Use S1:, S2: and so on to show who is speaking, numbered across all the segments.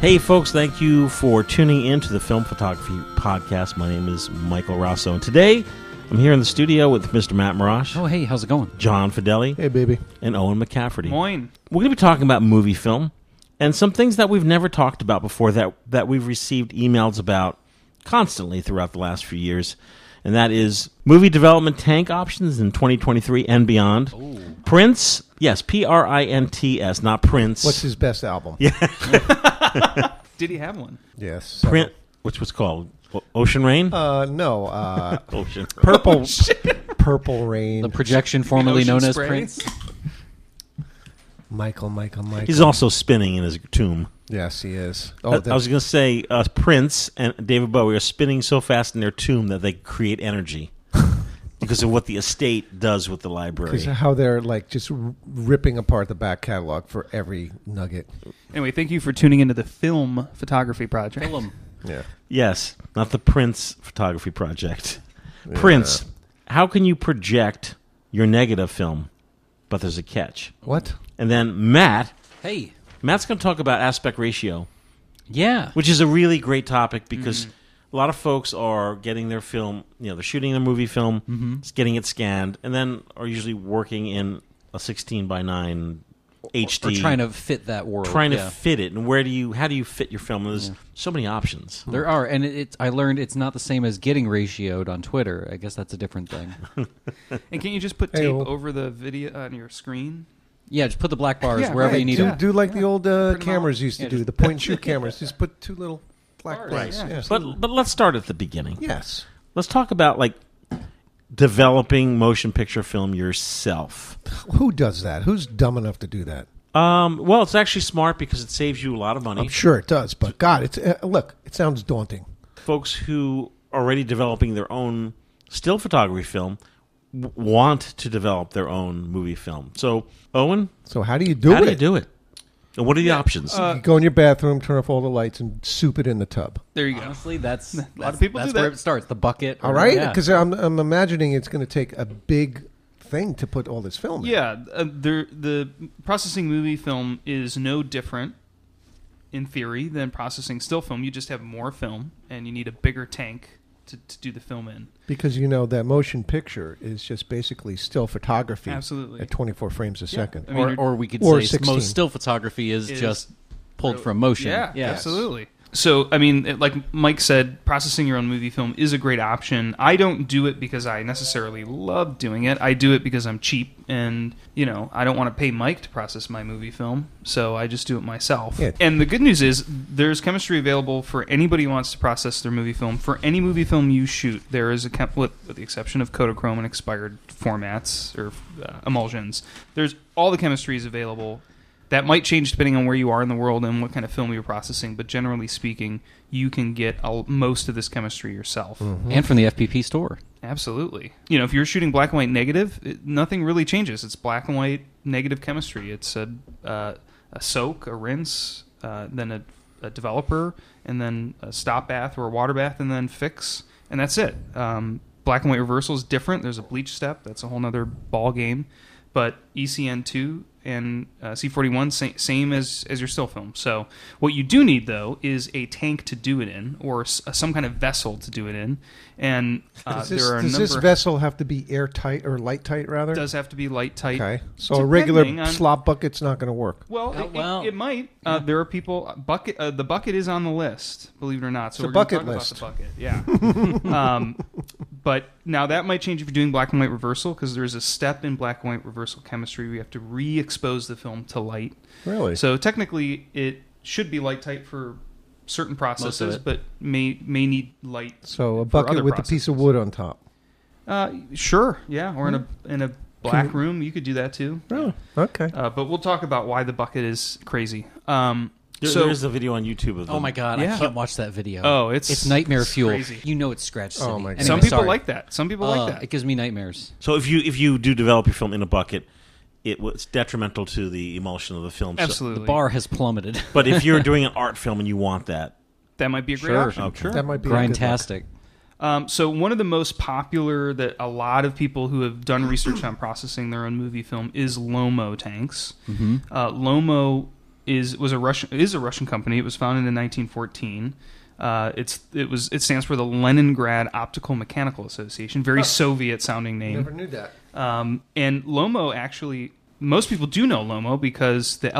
S1: Hey, folks, thank you for tuning in to the Film Photography Podcast. My name is Michael Rosso, and today I'm here in the studio with Mr. Matt Marash,
S2: Oh, hey, how's it going?
S1: John Fideli,
S3: Hey, baby.
S1: and Owen McCafferty.
S4: Moin.
S1: We're going to be talking about movie film and some things that we've never talked about before that, that we've received emails about constantly throughout the last few years. And that is movie development tank options in 2023 and beyond. Prince, yes, P R I N T S, not Prince.
S3: What's his best album? Yeah.
S4: Did he have one?
S3: Yes. so-
S1: Prin- which was called O- Ocean Rain?
S3: Uh, no. Uh,
S1: Ocean Rain.
S3: purple. purple rain.
S2: The projection formerly
S4: Ocean
S2: known as
S4: spray?
S2: Prince.
S3: Michael. Michael. Michael.
S1: He's also spinning in his tomb.
S3: yes, he is.
S1: I-
S3: Oh,
S1: I,
S3: that,
S1: was going to say uh, Prince and David Bowie are spinning so fast in their tomb that they create energy because of what the estate does with the library.
S3: is how they're like just r- ripping apart the back catalog for every nugget.
S4: Anyway, thank you for tuning into the film photography project. Film.
S3: Yeah.
S1: Yes, not the Prince photography project. Prince, how can you project your negative film? But there's a catch.
S3: What?
S1: And then Matt,
S2: Hey,
S1: Matt's going to talk about aspect ratio,
S2: yeah.
S1: which is a really great topic because
S2: Mm-hmm.
S1: a lot of folks are getting their film, you know, they're shooting their movie film,
S2: Mm-hmm.
S1: it's getting it scanned, and then are usually working in a 16 by 9
S2: We're
S1: HD,
S2: trying to fit that world.
S1: trying to
S2: yeah.
S1: fit it. And where do you, how do you fit your film? There's so many options.
S2: There are, and it, it's. I learned it's not the same as getting ratioed on Twitter. I guess that's a different thing.
S4: And can you just put
S3: Hey,
S4: tape
S3: well-
S4: over the video uh, on your screen?
S2: yeah, just put the black bars
S4: Yeah,
S2: wherever
S4: right,
S2: you need
S3: do,
S2: them.
S3: do like the old uh,
S4: Print 'em
S3: cameras
S4: out.
S3: used to
S2: Yeah,
S3: do,
S2: just-
S3: the point and shoot cameras. Just put two little black
S4: Bars,
S3: bars.
S4: yeah.
S3: Yes.
S1: But, but let's start at the beginning.
S3: yes.
S1: Let's talk about like developing motion picture film yourself.
S3: Who does that? Who's dumb enough to do that?
S1: Um, well, it's actually smart because it saves you a lot of money.
S3: I'm sure it does, but God, it's uh, look. It sounds daunting.
S1: Folks who are already developing their own still photography film w- want to develop their own movie film. So, Owen,
S3: So how do you do
S1: how
S3: it?
S1: do you do it? And what are the options?
S2: uh,
S4: Uh,
S3: You go in your bathroom, turn off all the lights, and soup it in the tub.
S4: There you go.
S2: Honestly, that's a
S4: lot of people
S2: That's
S4: do that.
S2: where it starts. The bucket.
S3: All
S2: or-
S3: right,
S2: yeah.
S3: because I'm, I'm imagining it's going to take a big thing to put all this film. in.
S4: Yeah, uh, there, the processing movie film is no different in theory than processing still film. You just have more film, and you need a bigger tank to, to do the film in.
S3: because you know that motion picture is just basically still photography,
S4: Absolutely.
S3: at 24 frames a second.
S4: I mean,
S2: Or,
S4: you're-
S2: or we could
S3: Or
S2: say
S3: 16.
S2: most still photography is,
S4: Is-
S2: just pulled from motion.
S4: Yeah,
S2: yeah.
S4: absolutely. So, I mean, it- like Mike said, processing your own movie film is a great option. I don't do it because I necessarily love doing it. I do it because I'm cheap and, you know, I don't want to pay Mike to process my movie film. So I just do it myself.
S3: Yeah.
S4: And the good news is there's chemistry available for anybody who wants to process their movie film. For any movie film you shoot, there is a chem- with, with the exception of Kodachrome and expired formats or uh, emulsions, there's all the chemistry is available that might change depending on where you are in the world and what kind of film you're processing, but generally speaking, you can get a, most of this chemistry yourself.
S2: And from the FPP store.
S4: Absolutely. You know, if you're shooting black and white negative, it, nothing really changes. It's black and white negative chemistry. It's a, uh, a soak, a rinse, uh, then a, a developer, and then a stop bath or a water bath, and then fix, and that's it. Um, black and white reversal is different. There's a bleach step. That's a whole nother ball game. But E ECN2 and uh, C41 sa- same as as your still film. So what you do need though is a tank to do it in, or s- some kind of vessel to do it in. And uh,
S3: Does this,
S4: there are
S3: does
S4: a
S3: this
S4: number.
S3: vessel have to be airtight or light tight rather?
S4: does have to be light tight.
S3: okay, so a regular
S4: Depending on-
S3: slop bucket's not going to work.
S4: Well,
S2: Oh,
S4: it, it-
S2: well.
S4: it might. Uh, there are people. Bucket. Uh, the bucket is on the list. Believe it or not.
S3: It's
S4: So
S3: a
S4: we're gonna
S3: bucket
S4: talk
S3: list.
S4: About the bucket. Yeah. um, but now that might change if you're doing black and white reversal because there's a step in black and white reversal chemistry. where you have to re-expose the film to light.
S3: Really?
S4: So technically, it should be light tight for certain processes,
S2: it.
S4: but may may need light.
S3: So a
S4: for
S3: bucket
S4: other
S3: with a piece of wood on top.
S4: Uh, sure. Yeah. Or in a
S3: Hmm.
S4: in a black room, you could do that too.
S3: Really? Okay.
S4: Uh, but we'll talk about why the bucket is crazy. Um,
S1: There-
S4: so,
S1: there is a video on YouTube of them.
S2: Oh my god,
S4: Yeah.
S2: I can't watch that video.
S4: oh, it's
S2: it's nightmare fuel.
S4: crazy.
S2: You know it's Scratch City.
S3: Oh my God.
S2: Anyway,
S4: Some people
S2: sorry.
S4: like that. Some people
S2: Uh,
S4: like that.
S2: It gives me nightmares.
S1: So if you if you do develop your film in a bucket, it was detrimental to the emulsion of the film. So-
S4: Absolutely,
S2: Bar has plummeted.
S1: but if you're doing an art film and you want that,
S4: that might be a great
S2: Sure.
S4: option.
S1: Okay.
S4: Sure.
S3: That might be a good look.
S2: Grindtastic.
S4: Um, so one of the most popular that a lot of people who have done
S2: Mm-hmm.
S4: research on processing their own movie film is Lomo tanks. Uh, Lomo is was a Russian is a Russian company. It was founded in 1914. Uh, it's it was it stands for the Leningrad Optical Mechanical Association.
S2: Oh.
S4: Very Soviet sounding name.
S3: Never knew that.
S4: Um, and Lomo actually, most people do know Lomo because the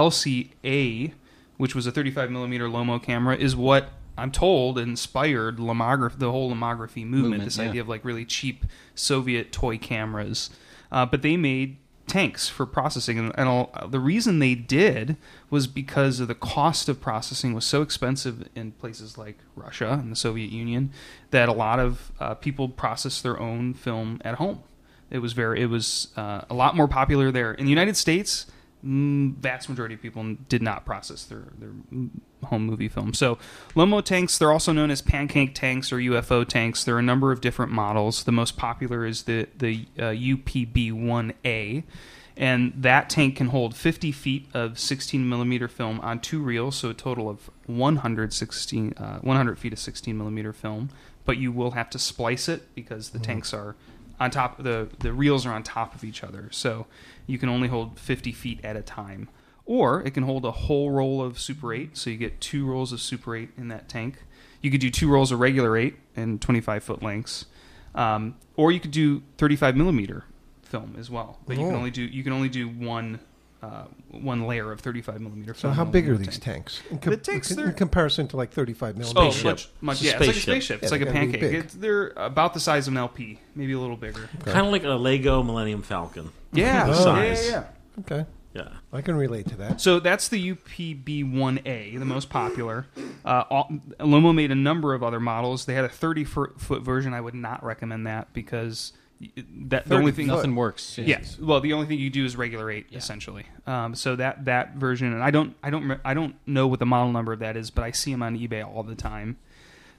S4: LCA, which was a 35 millimeter Lomo camera, is what I'm told inspired lomograph- the whole lomography movement.
S2: Movement,
S4: this
S2: yeah.
S4: idea of like really cheap Soviet toy cameras, uh, but they made tanks for processing, and, and all, the reason they did was because of the cost of processing was so expensive in places like Russia and the Soviet Union that a lot of uh, people processed their own film at home. It was very, it was uh, a lot more popular there. In the United States, mm, vast majority of people did not process their their mm, home movie film. So Lomo tanks, they're also known as pancake tanks or UFO tanks. There are a number of different models. The most popular is the the uh, UPB-1A. And that tank can hold 50 feet of 16 millimeter film on two reels, so a total of 116, uh, 100 feet of 16 millimeter film. But you will have to splice it because the tanks are on top the the reels are on top of each other so you can only hold 50 feet at a time or it can hold a whole roll of super 8 so you get two rolls of super 8 in that tank you could do two rolls of regular 8 and 25 foot lengths um, or you could do 35 millimeter film as well but you can
S3: Oh.
S4: only do you can only do one uh, one layer of 35 millimeter
S3: So
S4: film
S3: how
S4: in a
S3: big are
S4: little
S3: these
S4: tank.
S3: tanks? In, com-
S4: The tanks,
S3: in
S4: they're-
S3: comparison to like 35
S4: Oh,
S3: millimeters.
S1: Spaceship.
S4: much, much,
S1: It's a
S4: yeah, it's like a
S1: spaceship.
S4: spaceship. It's
S3: Yeah,
S4: like a
S3: they gotta be
S4: pancake.
S3: big.
S4: It's, they're about the size of an LP, maybe a little bigger.
S1: Kind of like a Lego Millennium Falcon.
S4: Yeah,
S3: Oh.
S4: yeah, yeah,
S1: Size.
S4: yeah.
S3: Okay,
S1: Yeah.
S3: I can relate to that.
S4: So that's the UPB1A, the most popular. Uh, all, Lomo made a number of other models. They had a 30 fo- foot version. I would not recommend that because y- that the only thing.
S3: foot.
S2: Nothing works.
S4: Yeah, well, the only thing you do is regular eight, essentially. Um, so that that version, and I don't, I don't, re- I don't know what the model number of that is, but I see them on eBay all the time.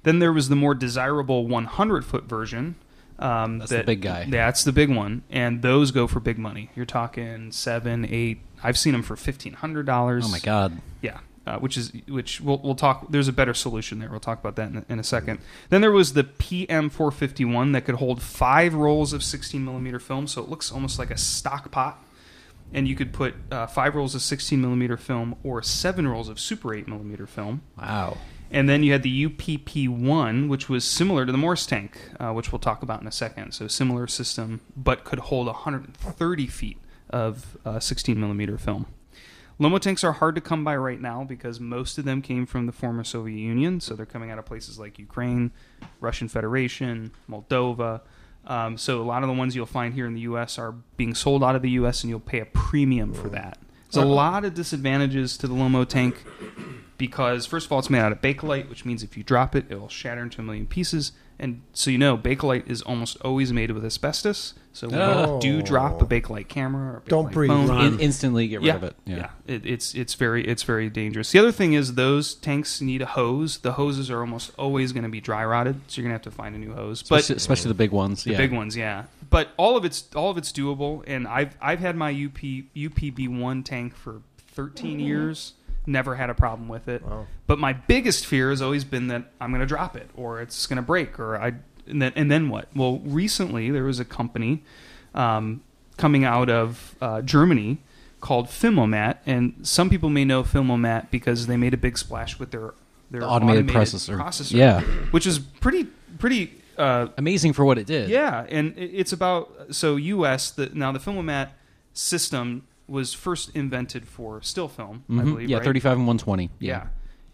S4: Then there was the more desirable 100 foot version. Um,
S2: That's the big guy.
S4: That's the big one, and those go for big money. You're talking seven, eight. I've seen them for fifteen hundred dollars.
S2: Oh my god.
S4: Yeah, uh, which is which we'll we'll talk. There's a better solution there. We'll talk about that in a, in a second. Then there was the PM451 that could hold five rolls of 16 millimeter film, so it looks almost like a stock pot. And you could put uh, five rolls of 16 millimeter film or seven rolls of Super 8 millimeter film.
S2: Wow.
S4: And then you had the UPP1, which was similar to the Morse tank, uh, which we'll talk about in a second. So similar system, but could hold 130 feet of uh, 16 millimeter film. Lomo tanks are hard to come by right now because most of them came from the former Soviet Union, so they're coming out of places like Ukraine, Russian Federation, Moldova. Um, so a lot of the ones you'll find here in the U.S. are being sold out of the U.S. and you'll pay a premium for that. There's a lot of disadvantages to the Lomo tank because first of all, it's made out of bakelite, which means if you drop it, it will shatter into a million pieces. And so you know, bakelite is almost always made with asbestos. So when
S3: Oh.
S4: you do drop a bakelite camera, or a bakelite
S3: Don't breathe,
S4: phone,
S1: Ron.
S2: In- instantly get rid of it. Yeah.
S4: It, it's it's very it's very dangerous. The other thing is those tanks need a hose. The hoses are almost always going to be dry rotted, so you're going to have to find a new hose. But
S2: especially, especially the big ones.
S4: the
S2: yeah.
S4: big ones, yeah. But all of it's all of it's doable, and I've I've had my UP UPB one tank for 13 years, never had a problem with it.
S3: Wow.
S4: But my biggest fear has always been that I'm going to drop it, or it's going to break, or I and then and then what? Well, recently there was a company um, coming out of uh, Germany called Filmomat, and some people may know Filmomat because they made a big splash with their their
S2: The automated processor. Yeah.
S4: which is pretty pretty. Uh,
S2: Amazing for what it did.
S4: yeah, and i- it's about so U.S. The, now the Filmomat system was first invented for still film, I
S2: Mhm.
S4: believe.
S2: yeah.
S4: right?
S2: 35 and 120.
S4: Yeah,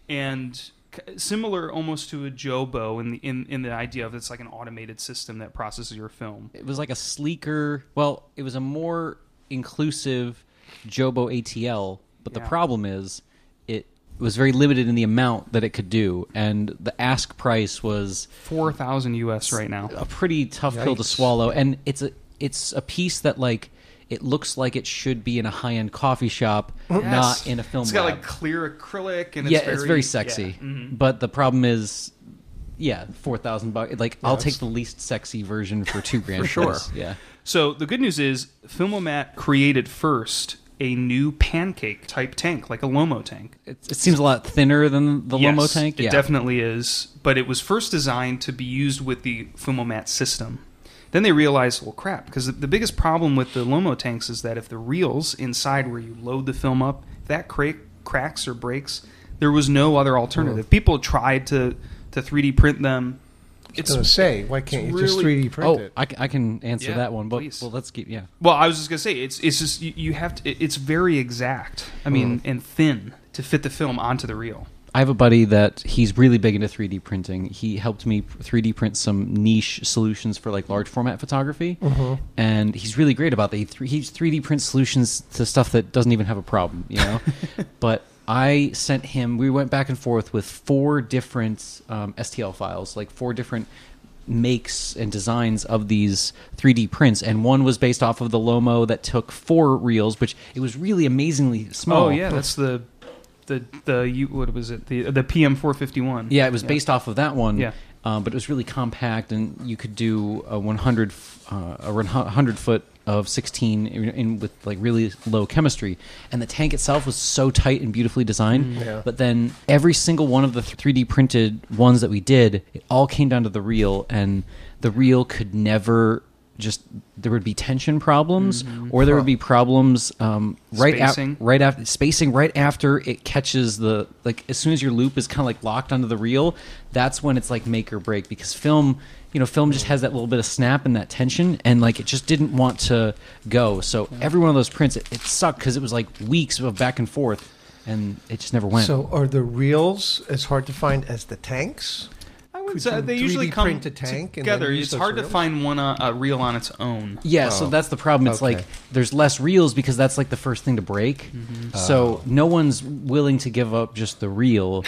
S4: and c- similar almost to a Jobo in the in, in the idea of it's like an automated system that processes your film.
S2: It was like a sleeker. Well, it was a more inclusive Jobo ATL, but the
S4: Yeah.
S2: problem is it was very limited in the amount that it could do, and the ask price was
S4: Four thousand U.S. right now.
S2: a pretty tough pill to
S3: Yikes.
S2: swallow and it's a it's a piece that like it looks like it should be in a high-end coffee shop not
S4: Yes.
S2: in a film
S4: It's got
S2: lab.
S4: like clear acrylic and
S2: yeah
S4: it's very,
S2: it's very sexy
S4: yeah. Mhm.
S2: but the problem is yeah 4000 bucks like i'll
S3: it's-
S2: take the least sexy version for 2 grand
S4: For sure.
S2: please. yeah
S4: Mm. So the good news is Filmomat created first a new pancake type tank, like a Lomo tank.
S2: it, it seems a lot thinner than the
S4: Yes,
S2: lomo tank
S4: It
S2: yeah
S4: definitely is, but it was first designed to be used with the Fumomat system. Then they realized, well, crap, because the, the biggest problem with the Lomo tanks is that if the reels inside where you load the film up, if that crack cracks or breaks. There was no other alternative. People tried to to 3D print them.
S3: It's going to say, why can't you just
S4: really-
S3: 3D print
S2: Oh,
S3: it?
S2: I, c- I can answer
S4: Yeah,
S2: that one, but
S4: please.
S2: well, let's keep yeah.
S4: Well, I was just gonna say it's it's just you, you have to. it- It's very exact. I mean,
S2: Hmm.
S4: and thin to fit the film onto the reel.
S2: I have a buddy that he's really big into 3D printing. He helped me 3D print some niche solutions for like large format photography,
S4: Mm-hmm.
S2: and he's really great about that. He, th- he 3D prints solutions to stuff that doesn't even have a problem, you know. but I sent him. We went back and forth with four different um, STL files, like four different makes and designs of these 3D prints, and one was based off of the Lomo that took four reels, which it was really amazingly small.
S4: Oh yeah, that's the the the you what was it the the PM four fifty one.
S2: Yeah, it was based off of that one.
S4: Yeah.
S2: Um, but it was really compact, and you could do a 100, f- uh, a 100 foot of 16 in, in with like really low chemistry. And the tank itself was so tight and beautifully designed.
S4: Mm.
S3: Yeah.
S2: But then every single one of the 3D printed ones that we did, it all came down to the reel, and the reel could never just there would be tension problems or there would be problems um, right out
S4: Mm-hmm. Spacing.
S2: right after spacing right after it catches the like as soon as your loop is kind of like locked onto the reel that's when it's like make or break because film you know film just has that little bit of snap and that tension and like it just didn't want to go so every one of those prints it, it sucked because it was like weeks of back and forth and it just never went
S3: So are the reels as hard to find as the tanks?
S4: I would
S3: Could
S4: say
S3: you
S4: they usually
S3: 3D
S4: come
S3: print a tank and
S4: together.
S3: then use
S4: It's
S3: those
S4: hard to
S3: reels?
S4: find one uh, a reel on its own.
S2: Yeah, so
S3: Oh.
S2: that's the problem. It's
S3: Okay.
S2: like there's less reels because that's like the first thing to break.
S3: Mm-hmm. Oh.
S2: So no one's willing to give up just the reel,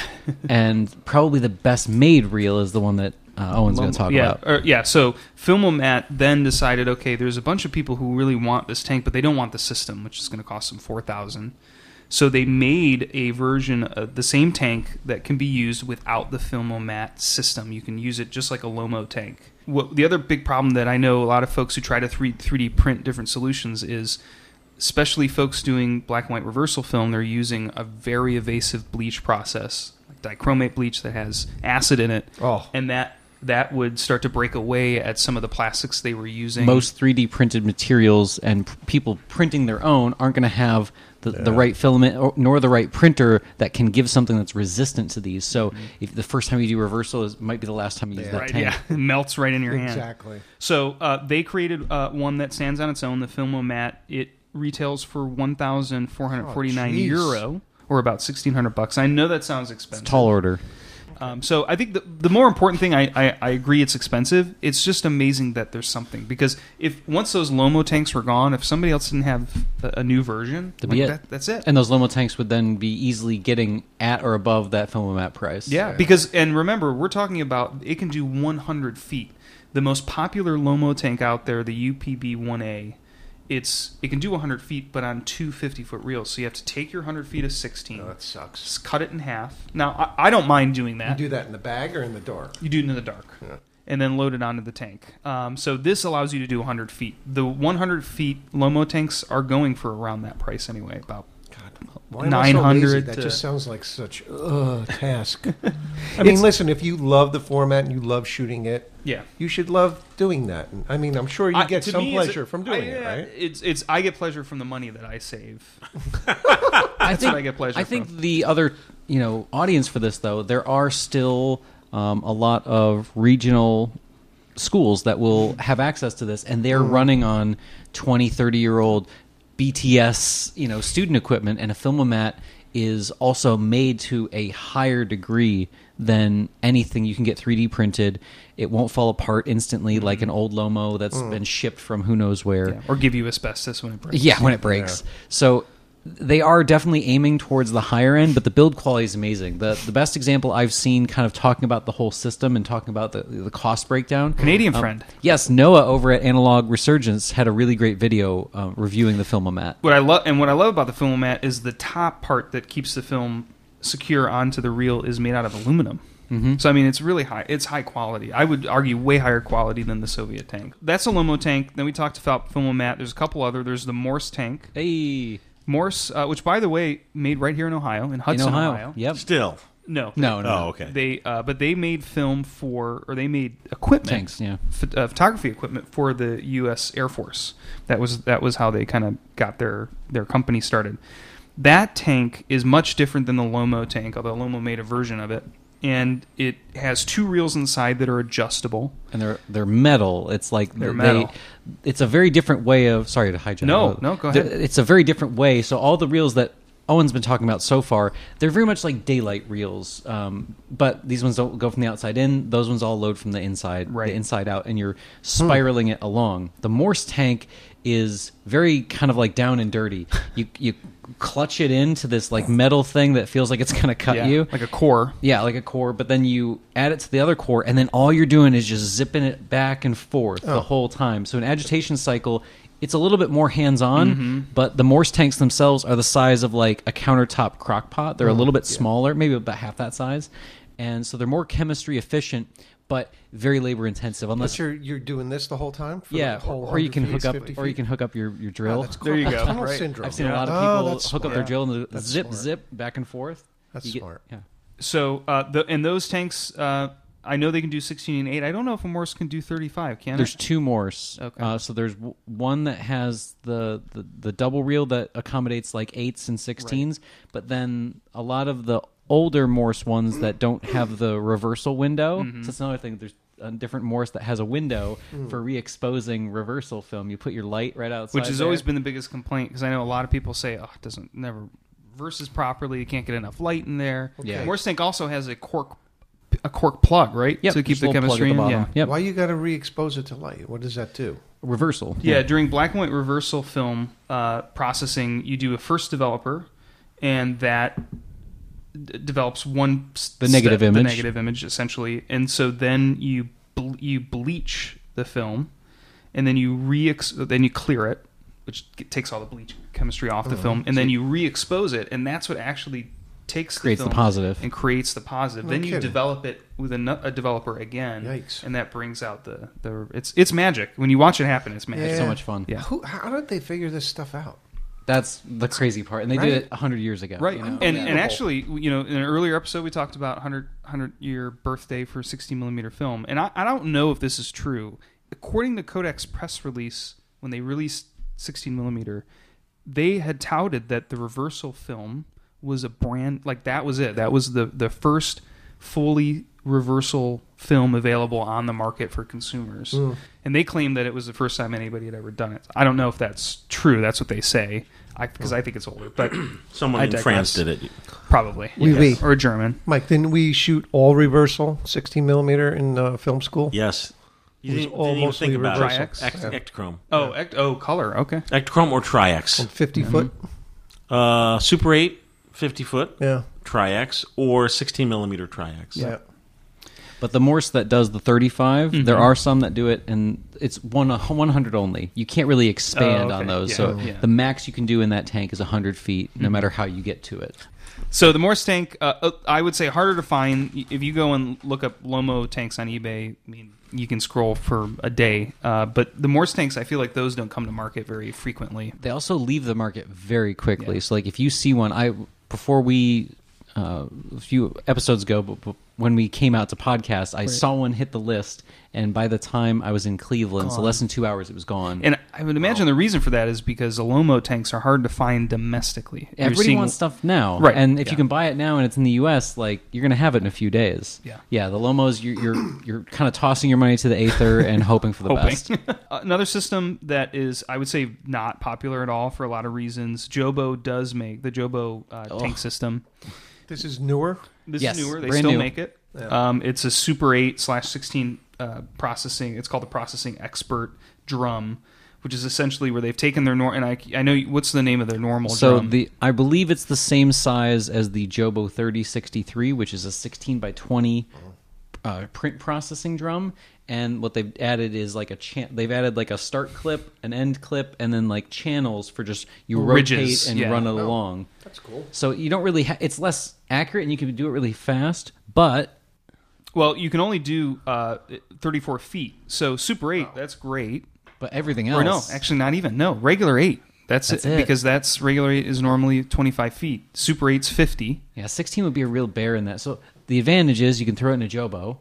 S2: and probably the best made reel is the one that uh, Owen's going to talk
S4: yeah,
S2: about.
S4: or- yeah. So Filmomat then decided, okay, there's a bunch of people who really want this tank, but they don't want the system, which is going to cost them four thousand. So they made a version of the same tank that can be used without the Filmomat system. You can use it just like a Lomo tank. What the other big problem that I know a lot of folks who try to three D print different solutions is. Especially folks doing black and white reversal film, they're using a very evasive bleach process, like dichromate bleach that has acid in it
S3: Oh.
S4: and that that would start to break away at some of the plastics they were using.
S2: Most 3D printed materials and p- people printing their own aren't going to have the, the right filament or, nor the right printer that can give something that's resistant to these. So if the first time you do reversal is might be the last time you use that
S4: right,
S2: tank.
S4: Mm-hmm. yeah, it melts right in your hand.
S3: Exactly.
S4: So uh, they created uh, one that stands on its own, the Filmomat. It retails for one thousand four hundred forty nine
S3: Oh, jeez.
S4: euro, or about sixteen hundred bucks. I know that sounds expensive.
S2: Tall order.
S4: Um, so I think the, the more important thing, I, I, I agree it's expensive. It's just amazing that there's something because if once those Lomo tanks were gone, if somebody else didn't have a, a new version,
S2: That'd
S4: like,
S2: be it.
S4: That, that's it.
S2: And those Lomo tanks would then be easily getting at or above that film map price.
S4: Yeah, because and remember, we're talking about it can do 100 feet. The most popular Lomo tank out there, the UPB 1A, it's it can do 100 feet, but on two 50 foot reels. So you have to take your 100 feet of 16,
S3: Oh, that sucks.
S4: just cut it in half. Now I, I don't mind doing
S3: You
S4: that.
S3: do that in the bag or in the dark?
S4: You do it in the dark. And then load it onto the tank. Um, so this allows you to do 100 feet. The 100 feet Lomo tanks are going for around that price anyway, about
S3: Why am I so
S4: 900
S3: lazy? That
S4: to-
S3: just sounds like such a uh, task. I mean, listen, if you love the format and you love shooting it,
S4: yeah.
S3: you should love doing that. And, I mean, I'm sure you
S4: I-
S3: get
S4: to
S3: some
S4: me, it's-
S3: pleasure from doing
S4: I-
S3: it,
S4: yeah,
S3: right?
S4: It's it's I get pleasure from the money that I save.
S2: I
S4: That's
S2: think,
S4: what I get pleasure
S2: I think the other, you know, audience for this though, there are still um, a lot of regional schools that will have access to this, and they're running on 20, 30 year old BTS, you know, student equipment, and a filmomat is also made to a higher degree than anything you can get 3D printed. It won't fall apart instantly like an old Lomo that's been shipped from who knows where.
S4: Yeah, Or give you asbestos when it breaks.
S2: Yeah, when it breaks. So they are definitely aiming towards the higher end, but the build quality is amazing. The the best example I've seen kind of talking about the whole system and talking about the the cost breakdown.
S4: Canadian
S2: Um,
S4: friend.
S2: Yes, Noah over at Analog Resurgence had a really great video um, reviewing the filmomat.
S4: What I love and what I love about the film mat is the top part that keeps the film secure onto the reel is made out of aluminum.
S2: Mm-hmm.
S4: So I mean, it's really high. It's high quality. I would argue way higher quality than the Soviet tank. That's a Lomo tank. Then we talked about Filmomat. There's a couple other. There's the Morse tank.
S2: Hey,
S4: Morse, uh, which by the way, made right here in Ohio, in
S2: in
S4: Hudson,
S2: Ohio.
S4: Ohio.
S2: Yep.
S1: Still.
S4: No,
S2: No, no.
S1: Oh, okay.
S4: They uh, but they made film for or they made equipment,
S2: Tanks, yeah.
S4: ph- uh, photography equipment for the U.S. Air Force. That was that was how they kind of got their their company started. That tank is much different than the Lomo tank, although Lomo made a version of it. And it has two reels inside that are adjustable.
S2: and they're they're metal. It's like
S4: They're
S2: they-
S4: metal.
S2: it's a very different way of. Sorry to hijack.
S4: No,
S2: Uh,
S4: no, go
S2: th-
S4: ahead.
S2: It's a very different way. So all the reels that Owen's been talking about so far, they're very much like daylight reels, um, but these ones don't go from the outside in. Those ones all load from the inside,
S4: Right. Hmm.
S2: the inside out, and you're spiraling it along. The Morse tank is very kind of like down and dirty. You you clutch it into this like metal thing that feels like it's gonna cut
S4: Yeah,
S2: you.
S4: Like a core.
S2: Yeah, like a core, but then you add it to the other core, and then all you're doing is just zipping it back and forth
S3: Oh.
S2: the whole time. So an agitation cycle, it's a little bit more hands-on,
S3: Mm-hmm.
S2: but the Morse tanks themselves are the size of like a countertop crock pot.
S3: Oh,
S2: They're a little bit smaller, maybe about half that size, and so they're more chemistry efficient, but very labor intensive. Unless
S3: Unless you're you're doing this the whole time. For
S2: yeah,
S3: the whole
S2: or you can
S3: 100
S2: hook up,
S3: feet, 50
S2: or you
S3: feet?
S2: can hook up your your
S3: Oh,
S2: drill.
S3: that's
S4: There you
S3: called
S4: go.
S3: tunnel
S4: Right.
S3: syndrome.
S2: I've seen
S4: Yeah.
S2: a lot
S3: Oh,
S2: of people hook
S3: that's
S2: up their
S3: smart.
S2: drill and
S3: That's
S2: zip
S3: smart.
S2: zip back and forth.
S3: That's
S2: You get-
S3: smart.
S2: Yeah.
S4: So, uh, the, and those tanks, uh, I know they can do 16 and 8. I don't know if a Morse can do 35, can
S2: There's
S4: it?
S2: two Morse.
S4: Okay.
S2: Uh, so there's w- one that has the, the the double reel that accommodates like eights and sixteens, but then a lot of the older Morse ones that don't have the reversal window. So that's another thing. There's a different Morse that has a window for re-exposing reversal film. You put your light right outside,
S4: Mm. Which has
S2: there.
S4: always been the biggest complaint because I know a lot of people say, oh, it doesn't never verses properly. You can't get enough light in there.
S2: Yeah.
S4: Morse tank also has a cork a cork plug, right?
S2: Yep,
S4: to keep
S2: just a
S4: the
S2: little plug
S4: chemistry
S2: at the
S4: in. Yeah.
S2: bottom. Yep.
S3: Why you got to re-expose it to light? What does that do?
S2: Reversal.
S4: Yeah, during black and white reversal film uh, processing, you do a first developer, and that d- develops one s-
S2: The negative
S4: step-
S2: image.
S4: the negative image essentially, and so then you ble- you bleach the film, and then you re then you clear it, which g- takes all the bleach chemistry off the
S2: Oh,
S4: film, and then you re-expose it, and that's what actually takes
S2: Creates the
S4: film
S2: positive.
S4: and creates the positive.
S3: No
S4: then you
S3: kidding.
S4: develop it with a, nu- a developer again,
S3: Yikes.
S4: and that brings out the the it's it's magic when you watch it happen. It's magic.
S2: so much fun.
S4: Yeah.
S3: Who? How did they figure this stuff out?
S2: That's the crazy part, and they
S3: Right.
S2: did it hundred years ago.
S4: Right.
S2: you know?
S4: and, and
S3: Unbelievable.
S4: actually, you know, in an earlier episode, we talked about 100, 100 year birthday for 60 millimeter film. And I, I don't know if this is true. According to Kodak's press release, when they released 16 millimeter, they had touted that the reversal film was a brand, like that was it. That was the, the first fully reversal film available on the market for consumers.
S2: Hmm.
S4: And they claimed that it was the first time anybody had ever done it. I don't know if that's true. That's what they say. Because I think it's older, but
S1: Someone
S4: I
S1: in
S4: digress.
S1: France did it.
S4: Probably.
S3: Oui, oui.
S4: Or a German.
S3: Mike, didn't we shoot all reversal 16 millimeter in uh, film school?
S1: Yes. You
S3: It was
S1: didn't,
S3: all
S1: didn't even
S3: mostly
S1: think about it.
S4: reversal.
S1: Ex-
S3: Yeah.
S1: Ektachrome.
S4: Oh, ect- oh, color. Okay.
S1: Ektachrome or Tri-X.
S3: 50
S2: Mm-hmm.
S3: foot.
S1: Uh, Super 8, 50 foot
S3: Oh. Yeah.
S1: Tri-X or 16 millimeter Tri-X.
S3: Yeah.
S2: But the Morse that does the 35,
S4: Mm-hmm.
S2: there are some that do it, and it's one 100 only. You can't really expand
S4: Oh, okay.
S2: on those.
S4: Yeah.
S2: So
S4: Yeah. Mm-hmm.
S2: the max you can do in that tank is 100 feet, no matter how you get to it.
S4: So the Morse tank, uh, uh, I would say harder to find. Y- If you go and look up Lomo tanks on eBay, I mean, you can scroll for a day. Uh, but the Morse tanks, I feel like those don't come to market very frequently.
S2: They also leave the market very quickly.
S4: Yeah.
S2: So like if you see one, I before we uh, a few episodes ago, but, but when we came out to podcast, I saw one hit the list, and by the time I was in Cleveland, so less than two hours, it was gone.
S4: And I would imagine the reason for that is because the Lomo tanks are hard to find domestically. You're
S2: Everybody
S4: seeing-
S2: wants stuff now,
S4: Right,
S2: And if
S4: yeah.
S2: you can buy it now and it's in the U.S., like you're going to have it in a few days.
S4: Yeah.
S2: yeah. The Lomos, you're you're, you're kind of tossing your money to the aether and hoping for the best.
S4: Uh, Another system that is, I would say, not popular at all for a lot of reasons. Jobo does make the Jobo uh,
S2: Oh.
S4: tank system.
S3: This is newer.
S4: This
S2: Yes,
S4: is newer. They
S2: brand
S4: still
S2: new.
S4: make it. Um, it's a Super 8 slash 16 uh, processing. It's called the Processing Expert Drum, which is essentially where they've taken their normal. And I, I know what's the name of their normal
S2: So
S4: drum.
S2: the I believe it's the same size as the Jobo 3063, which is a 16 by 20 uh, print processing drum. And what they've added is like a chan- they've added like a start clip, an end clip, and then like channels for just you
S4: Ridges,
S2: rotate and
S4: yeah.
S2: run it along.
S3: Oh, That's cool.
S2: So you don't really ha- it's less accurate and you can do it really fast, but
S4: well, you can only do uh, 34 feet. So Super 8, that's great.
S2: but everything
S4: Or no,
S2: else.
S4: actually, not even. No, regular 8. That's,
S2: That's
S4: it,
S2: it.
S4: Because that's regular 8 is normally 25 feet. Super 8's 50.
S2: yeah, 16 would be a real bear in that. So the advantage is you can throw it in a Jobo,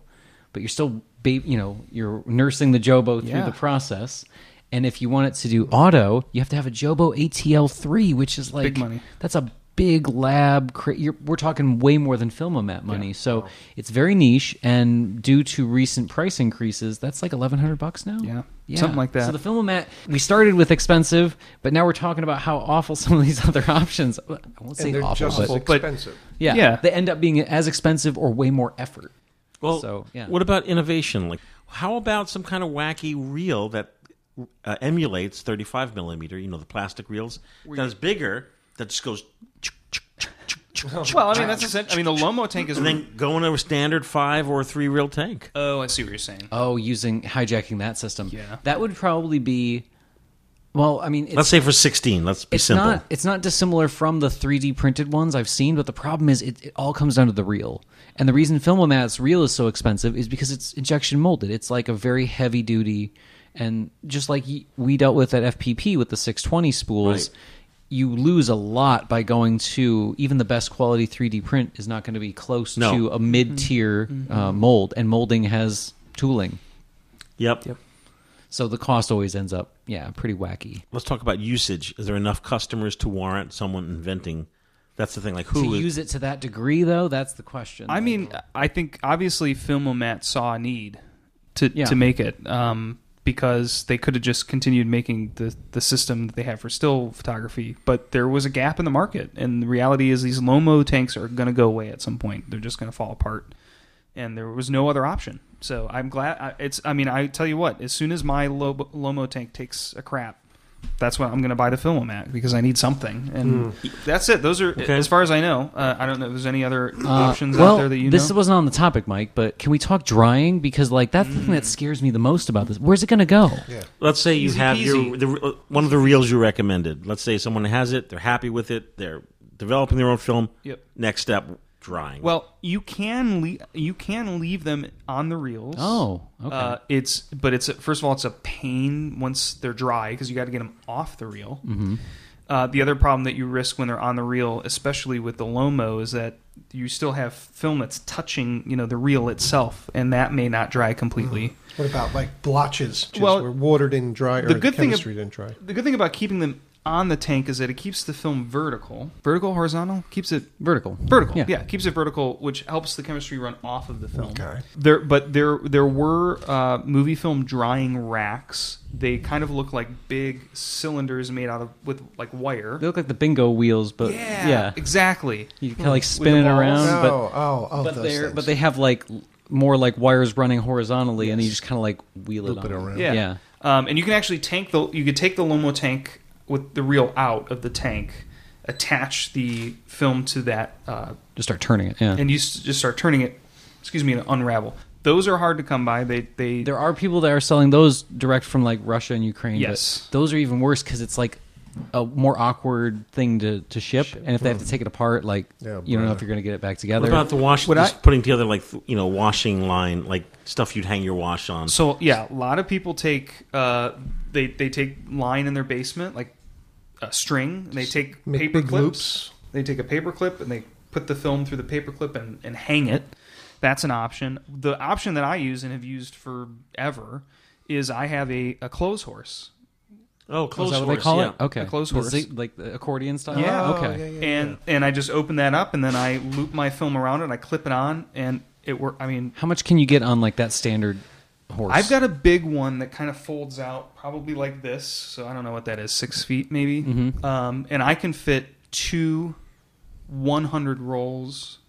S2: but you're still ba- you know, you're nursing the Jobo through
S4: Yeah.
S2: the process. And if you want it to do auto, you have to have a Jobo ATL3, which is like
S4: Big money.
S2: That's a big lab. Cra- you're, we're talking way more than film amount money. So it's very niche, and due to recent price increases, that's like eleven hundred bucks now.
S4: Yeah. Something like that.
S2: So the film mat we started with expensive, but now we're talking about how awful some of these other options. I won't say
S3: and they're
S2: awful,
S3: just
S2: but
S3: as
S4: but-
S3: expensive.
S2: yeah,
S4: Yeah.
S2: they end up being as expensive or way more effort.
S1: Well,
S2: So, yeah.
S1: what about innovation? Like, how about some kind of wacky reel that uh, emulates 35 millimeter? You know, the plastic reels that is bigger that just goes
S4: Well, I mean that's essentially. I mean the Lomo tank is.
S1: and then going over standard five or three reel tank.
S4: oh, I see what you're saying.
S2: Oh, using hijacking that system.
S4: Yeah.
S2: That would probably be well, I mean it's
S1: Let's say for 16. Let's be
S2: it's
S1: simple.
S2: not it's not dissimilar from the 3D printed ones I've seen, but the problem is it, it all comes down to the reel. And the reason Filmomat's reel is so expensive is because it's injection molded. It's like a very heavy duty and just like y- we dealt with at FPP with the 620 spools,
S1: Right.
S2: you lose a lot by going to even the best quality 3D print is not going to be close
S1: No. Mm-hmm.
S2: to a mid-tier
S4: Mm-hmm.
S2: uh, mold and molding has tooling.
S1: Yep.
S2: So the cost always ends up, yeah, pretty wacky.
S1: Let's talk about usage. Is there enough customers to warrant someone inventing? That's the thing. Like, who
S2: to
S1: is-
S2: use it to that degree, though, that's the question.
S4: I mean, I think obviously Filmomat saw a need to
S2: Yeah.
S4: to make it um, because they could have just continued making the the system that they have for still photography, but there was a gap in the market, and the reality is these Lomo tanks are going to go away at some point. They're just going to fall apart, and there was no other option. So I'm glad I- it's. I mean, I tell you what, as soon as my Lobo, Lomo tank takes a crap. That's what I'm going to buy the Filmomat because I need something, and
S2: Hmm.
S4: that's it. Those are,
S1: Okay.
S4: as far as I know, uh, I don't know if there's any other
S2: Uh,
S4: options
S2: well,
S4: out there that you
S2: this
S4: know?
S2: wasn't on the topic, Mike, but can we talk drying? Because like that's the thing that scares me the most about this. Where's it going to go?
S3: Yeah.
S1: Let's say you
S4: Easy
S1: have
S4: peasy.
S1: your the, one of the reels you recommended. Let's say someone has it, they're happy with it, they're developing their own film.
S4: Yep.
S1: Next step, drawing.
S4: Well, you can le- you can leave them on the reels.
S2: Oh, okay.
S4: Uh, it's but it's a, first of all it's a pain once they're dry because you got to get them off the reel.
S2: Mm-hmm.
S4: Uh, the other problem that you risk when they're on the reel, especially with the Lomo, is that you still have film that's touching you know the reel itself, and that may not dry completely.
S2: Mm-hmm.
S3: What about like blotches? Just
S4: Well,
S3: where water didn't dry, or
S4: the
S3: the,
S4: good thing ab-
S3: chemistry didn't dry.
S4: The good thing about keeping them on the tank is that it keeps the film vertical, vertical, horizontal, keeps it
S2: Vertical.
S4: vertical. Yeah.
S2: Yeah.
S4: keeps it vertical, which helps the chemistry run off of the film.
S3: Okay.
S4: There, but there there were uh, movie film drying racks. They kind of look like big cylinders made out of with like wire.
S2: They look like the bingo wheels, but yeah,
S4: exactly.
S2: you kind of like
S4: With
S2: spin
S4: the
S2: it
S4: balls.
S2: around,
S3: No,
S2: but
S3: oh, oh,
S2: but
S3: those
S2: they're
S3: things.
S2: but they have like l- more like wires running horizontally, and you just kind of like wheel
S3: Loop
S2: it
S3: it
S2: on.
S3: around.
S4: Yeah.
S2: yeah.
S4: Um, and you can actually tank the you could take the Lomo tank with the reel out of the tank, attach the film to that uh,
S2: Just start turning it. Yeah.
S4: and you s- just start turning it. Excuse me, and unravel. Those are hard to come by. They they
S2: There are people that are selling those direct from like Russia and Ukraine.
S4: Yes.
S2: but those are even worse because it's like a more awkward thing to, to ship, and if they have to take it apart, like
S3: Hmm. Yeah,
S2: you don't know
S3: brother.
S2: if you're going to get it back
S1: what
S2: together.
S1: about the wash?
S4: Would
S1: Just
S4: I-
S1: putting together like th- you know washing line, like stuff you'd hang your wash on.
S4: So yeah, a lot of people take uh, they they take line in their basement like a string, and they take
S3: make
S4: paper
S3: big
S4: clips.
S3: loops.
S4: They take a paper clip and they put the film through the paper clip and, and hang it. That's an option. The option that I use and have used forever is I have a, a clothes horse.
S1: oh,
S2: Is
S1: close
S2: that what
S1: horse,
S2: they call
S1: yeah.
S2: it? Okay,
S4: A closed
S2: Is it
S4: horse.
S2: like the accordion style.
S4: Yeah.
S2: okay.
S3: yeah, yeah,
S4: and and I just open that up and then I loop my film around it, I clip it on and it work I mean
S2: How much can you get on like that standard horse?
S4: I've got a big one that kind of folds out, probably like this. So I don't know what that is, six feet maybe.
S2: Mm-hmm.
S4: Um, and I can fit two 100 rolls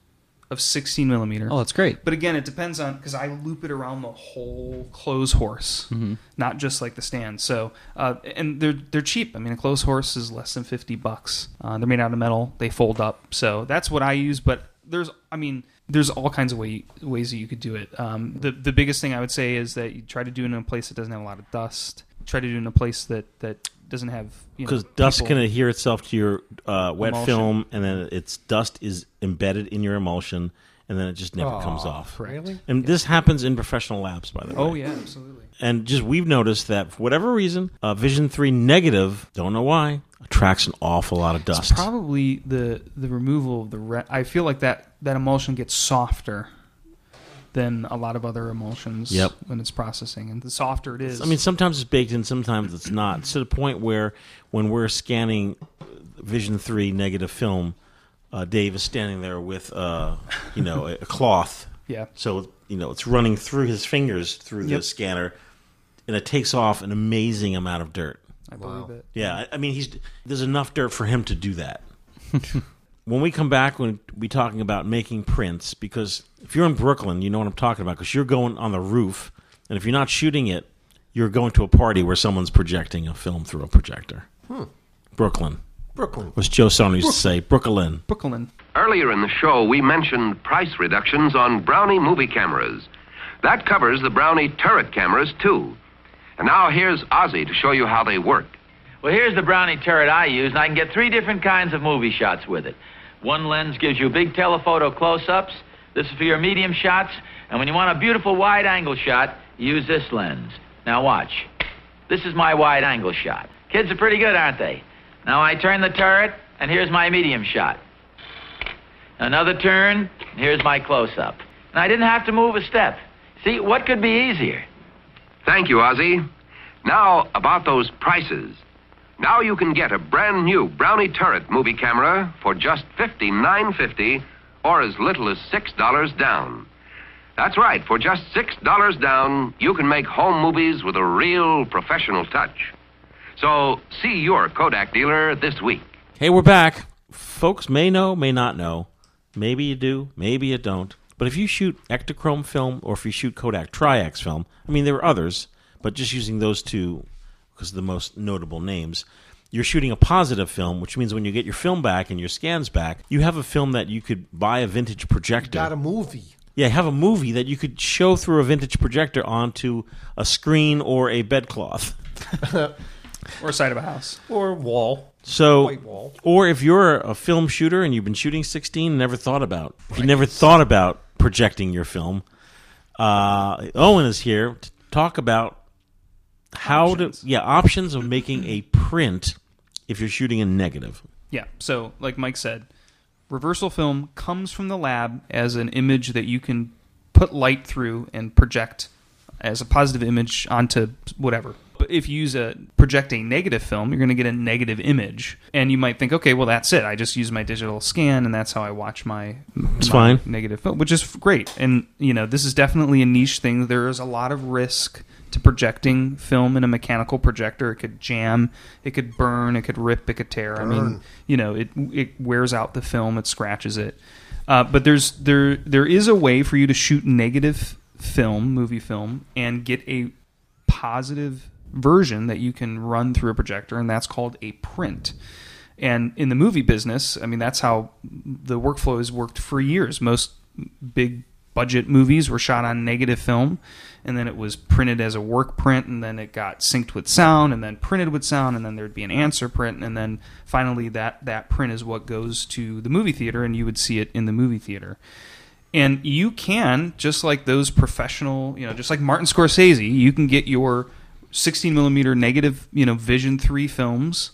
S4: of 16 millimeter.
S2: Oh, that's great.
S4: But again, it depends on because I loop it around the whole clothes horse,
S1: Mm-hmm.
S4: not just like the stand. So, uh, and they're they're cheap. I mean, a clothes horse is less than fifty bucks. Uh, they're made out of metal. They fold up. So that's what I use. But there's, I mean, there's all kinds of way, ways that you could do it. Um, the the biggest thing I would say is that you try to do it in a place that doesn't have a lot of dust. Try to do it in a place that that doesn't have you know,
S1: Because dust
S4: people.
S1: can adhere itself to your uh, wet
S4: Emulsion.
S1: film, and then its dust is embedded in your emulsion, and then it just never comes off.
S3: Really?
S1: And this happens in professional labs, by the way.
S4: Oh yeah, absolutely.
S1: And just we've noticed that for whatever reason, uh, Vision Three negative, don't know why, attracts an awful lot of dust.
S4: It's probably the the removal of the re- I feel like that that emulsion gets softer than a lot of other emulsions
S1: Yep.
S4: when it's processing and the softer it is
S1: I mean, sometimes it's baked in, sometimes it's not. It's to the point where when we're scanning Vision Three negative film, uh, Dave is standing there with uh, you know a, a cloth.
S4: Yeah.
S1: So you know it's running through his fingers through the
S4: Yep.
S1: scanner, and it takes off an amazing amount of dirt.
S4: I
S3: Wow.
S4: believe it.
S1: Yeah, I- I mean he's there's enough dirt for him to do that. when we come back, when we talking about making prints, because if you're in Brooklyn, you know what I'm talking about, because you're going on the roof, and if you're not shooting it, you're going to a party where someone's projecting a film through a projector.
S4: Hmm.
S1: Brooklyn,
S3: Brooklyn.
S1: which Joe Stone used to say, Brooklyn.
S4: Brooklyn.
S5: Earlier in the show, we mentioned price reductions on Brownie movie cameras. That covers the Brownie turret cameras, too. And now here's Ozzy to show you how they work.
S6: Well, here's the Brownie turret I use, and I can get three different kinds of movie shots with it. One lens gives you big telephoto close ups, this is for your medium shots, and when you want a beautiful wide angle shot, you use this lens. Now, watch. This is my wide angle shot. Kids are pretty good, aren't they? Now I turn the turret, and here's my medium shot. Another turn, and here's my close up. And I didn't have to move a step. See, what could be easier?
S5: Thank you, Ozzy. Now, about those prices. Now you can get a brand new Brownie turret movie camera for just $59.50 or as little as $6 down. That's right, for just $6 down, you can make home movies with a real professional touch. So, see your Kodak dealer this week.
S1: Hey, we're back. Folks may know, may not know. Maybe you do, maybe you don't. But if you shoot Ektachrome film or if you shoot Kodak Tri-X film, I mean, there are others, but just using those two because the most notable names, you're shooting a positive film, which means when you get your film back and your scans back, you have a film that you could buy a vintage projector.
S3: Got a movie.
S1: Yeah, have a movie that you could show through a vintage projector onto a screen or a bedcloth.
S4: Or side of a house.
S3: Or wall.
S1: So,
S3: White wall.
S1: or if you're a film shooter and you've been shooting 16, and never thought about you never thought about projecting your film. Uh, Owen is here to talk about how
S4: Options.
S1: to yeah options of making a print if you're shooting a negative.
S4: Yeah. So, like Mike said, reversal film comes from the lab as an image that you can put light through and project as a positive image onto whatever. But if you use a project a negative film, you're going to get a negative image, and you might think, okay, well that's it. I just use my digital scan, and that's how I watch my.
S1: It's
S4: my
S1: fine.
S4: negative film, which is f- great. And you know, this is definitely a niche thing. There is a lot of risk to projecting film in a mechanical projector. It could jam, it could burn, it could rip, it could tear. I mean, you know, it it wears out the film, it scratches it. Uh, but there's there there is a way for you to shoot negative film, movie film, and get a positive version that you can run through a projector, and that's called a print. And in the movie business, I mean, that's how the workflow has worked for years. Most big budget movies were shot on negative film, and then it was printed as a work print, and then it got synced with sound, and then printed with sound, and then there'd be an answer print, and then finally that, that print is what goes to the movie theater, and you would see it in the movie theater. And you can, just like those professional, you know, just like Martin Scorsese, you can get your 16 millimeter negative, you know, Vision 3 films.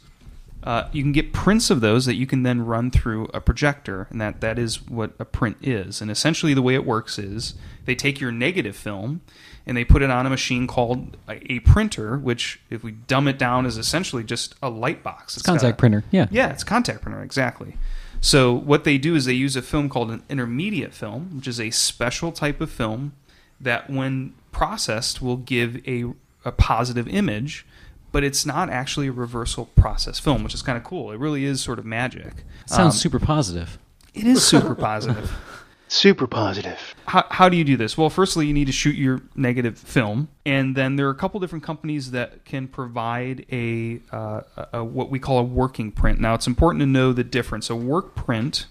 S4: Uh, you can get prints of those that you can then run through a projector, and that, that is what a print is. And essentially, the way it works is they take your negative film and they put it on a machine called a, a printer, which, if we dumb it down, is essentially just a light box. It's got
S2: Contact
S4: a-
S2: printer, yeah.
S4: yeah, it's contact printer, exactly. So what they do is they use a film called an intermediate film, which is a special type of film that when processed will give a, a positive image, but it's not actually a reversal process film, which is kind of cool. It really is sort of magic.
S2: Sounds
S4: Um,
S2: super positive.
S4: It is super positive.
S7: Super positive.
S4: how, how do you do this? Well, firstly, you need to shoot your negative film, and then there are a couple different companies that can provide a, uh, a, a what we call a working print. Now, it's important to know the difference. A work print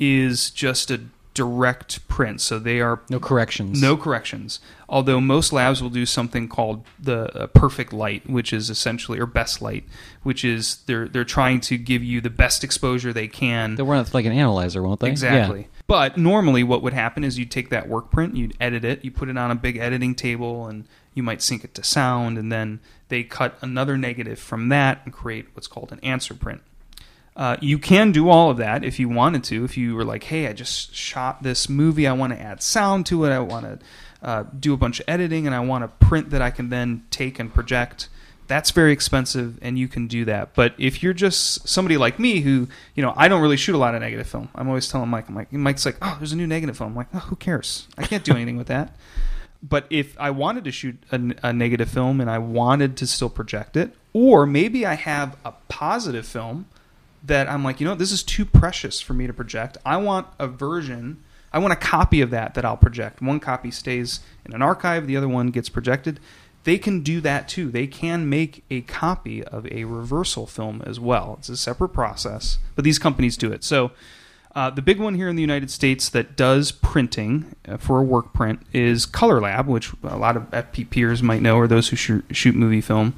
S4: is just a direct print, so they are
S2: No corrections.
S4: no corrections. Although most labs will do something called the uh, perfect light, which is essentially or best light, which is they're they're trying to give you the best exposure they can.
S2: They'll run it like an analyzer, won't they?
S4: Exactly.
S2: Yeah.
S4: But normally, what would happen is you take that work print, you'd edit it, you put it on a big editing table, and you might sync it to sound, and then they cut another negative from that and create what's called an answer print. Uh, you can do all of that if you wanted to. If you were like, hey, I just shot this movie, I want to add sound to it, I want to uh, do a bunch of editing, and I want a print that I can then take and project That's very expensive, and you can do that. But if you're just somebody like me who, you know, I don't really shoot a lot of negative film. I'm always telling Mike, I'm like, Mike's like, oh, there's a new negative film. I'm like, oh, who cares? I can't do anything with that. But if I wanted to shoot a, a negative film and I wanted to still project it, or maybe I have a positive film that I'm like, you know, this is too precious for me to project. I want a version, I want a copy of that that I'll project. One copy stays in an archive, the other one gets projected. They can do that too. They can make a copy of a reversal film as well. It's a separate process, but these companies do it. So, uh, the big one here in the United States that does printing uh, for a work print is Color Lab, which a lot of FPPers might know, or those who shoot, shoot movie film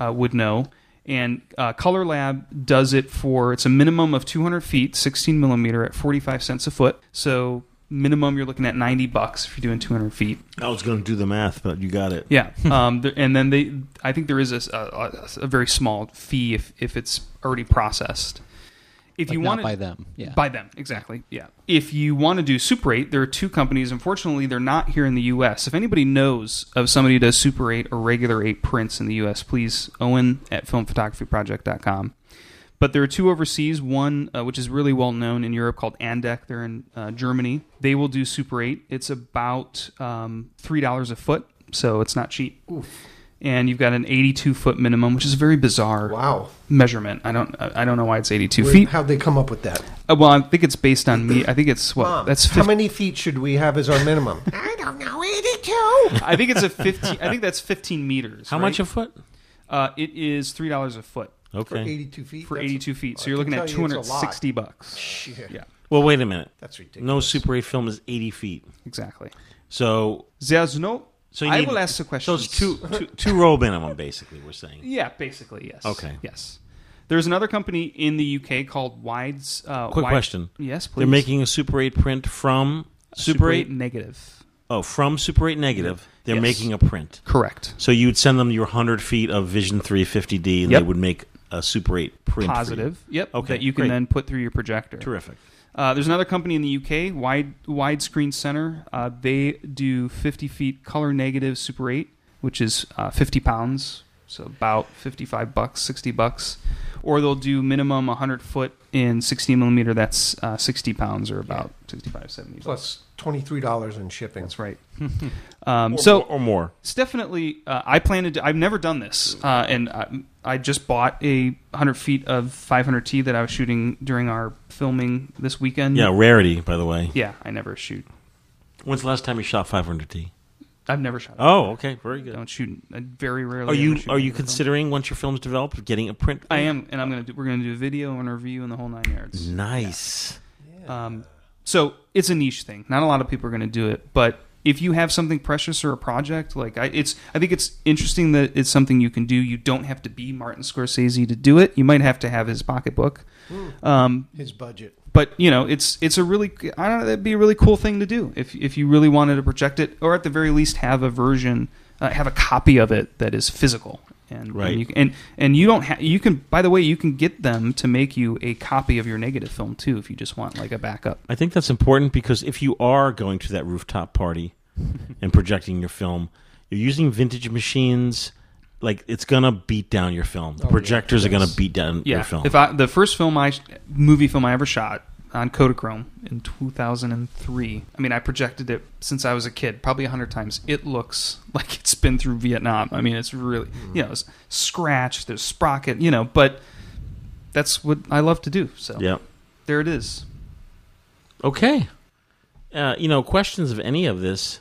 S4: uh, would know. And uh, Color Lab does it for it's a minimum of 200 feet, 16 millimeter at 45 cents a foot. So minimum you're looking at 90 bucks if you're doing 200 feet.
S1: I was going to do the math, but you got it.
S4: Yeah, um, th- and then they, I think there is a, s- a- a- a very small fee if, if it's already processed. If
S2: Like,
S4: you
S2: not
S4: want
S2: by them, yeah.
S4: by them exactly, yeah. If you want to do Super 8, there are two companies. Unfortunately, they're not here in the U.S. If anybody knows of somebody who does Super 8 or regular 8 prints in the U.S., please Owen at filmphotographyproject.com. But there are two overseas. One uh, which is really well known in Europe called Andec. They're in uh, Germany. They will do Super 8. It's about um, three dollars a foot, so it's not cheap. And you've got an 82 foot minimum, which is a very bizarre
S3: Wow.
S4: measurement. I don't I I don't know why it's 82
S3: Where-
S4: feet.
S3: How'd they come up with that?
S4: Uh, well, I think it's based on me. I think it's what
S3: Mom,
S4: that's
S3: how
S4: 15,
S3: many feet should we have as our minimum? I don't know, 82.
S4: I think it's a 15. I think that's 15 meters.
S1: How
S4: right?
S1: much a foot?
S4: uh, it is three dollars a foot
S1: Okay.
S3: 82 feet.
S4: for
S3: That's-
S4: 82 feet.
S3: I
S4: So you're
S3: can
S4: looking at
S3: tell you it's a lot.
S4: 260 bucks.
S3: Shit.
S4: Yeah,
S1: Well, wait a minute.
S3: That's ridiculous.
S1: No Super 8 film is 80 feet.
S4: exactly.
S1: So,
S4: There's no.
S1: so you
S4: I
S1: need-
S4: will ask the question.
S1: So it's two, two, two row minimum, basically, we're saying.
S4: Yeah, basically, yes.
S1: Okay.
S4: Yes. There's another company in the UK called Wides. Uh,
S1: Quick
S4: Wide-
S1: question.
S4: Yes, please.
S1: They're making a Super 8 print from Super, 8.
S4: negative.
S1: Oh, from Super 8 negative. They're
S4: Yes.
S1: making a print.
S4: Correct.
S1: So you'd send them your 100 feet of Vision 350D, and
S4: Yep.
S1: they would make a Super 8 print. for you.
S4: Positive. Yep.
S1: Okay,
S4: That you can
S1: great.
S4: then put through your projector.
S1: Terrific.
S4: Uh, there's another company in the UK, Wide Widescreen Center. Uh, they do 50 feet color negative Super 8, which is uh, 50 pounds, so about 55 bucks, 60 bucks. Or they'll do minimum 100 foot in 60 millimeter. That's uh, 60 pounds, or about 65, 70. bucks.
S3: Plus $23 in shipping.
S4: That's right. um,
S1: Or
S4: so
S1: more- or more.
S4: it's definitely uh, i plan to do, i've never done this uh, and I, I just bought a 100 feet of 500t that i was shooting during our filming this weekend
S1: Yeah, rarity, by the way.
S4: yeah i never shoot
S1: When's the last time you shot 500D?
S4: i've never shot
S1: Oh, okay, very
S4: I
S1: good.
S4: don't shoot I very rarely
S1: Are
S4: ever
S1: you
S4: shoot
S1: are you
S4: with a film.
S1: considering once your film's developed getting a print?
S4: i am and i'm gonna do we're gonna do a video and a review and the whole nine
S1: Mm-hmm.
S4: yards
S1: Nice.
S4: um, so it's a niche thing not a lot of people are gonna do it but if you have something precious or a project like I, it's i think it's interesting that it's something you can do you don't have to be martin scorsese to do it you might have to have his pocketbook um,
S3: His budget.
S4: but you know it's it's a really i don't know that'd be a really cool thing to do if if you really wanted to project it or at the very least have a version uh, have a copy of it that is physical and
S1: Right.
S4: and you, and, and you don't have you can by the way you can get them to make you a copy of your negative film too if you just want like a backup
S1: I think that's important because if you are going to that rooftop party and projecting your film, you're using vintage machines. Like it's gonna beat down your film.
S4: Oh,
S1: The projectors are gonna beat down your film.
S4: if i the first film i movie film i ever shot on Kodachrome in 2003. I mean, I projected it since I was a kid, probably 100 times. It looks like it's been through Vietnam. I mean, it's really,
S1: Hmm.
S4: you know, it's scratched, there's sprocket, you know, but that's what I love to do. So
S1: yeah.
S4: there it is.
S1: Okay. Uh, you know, questions of any of this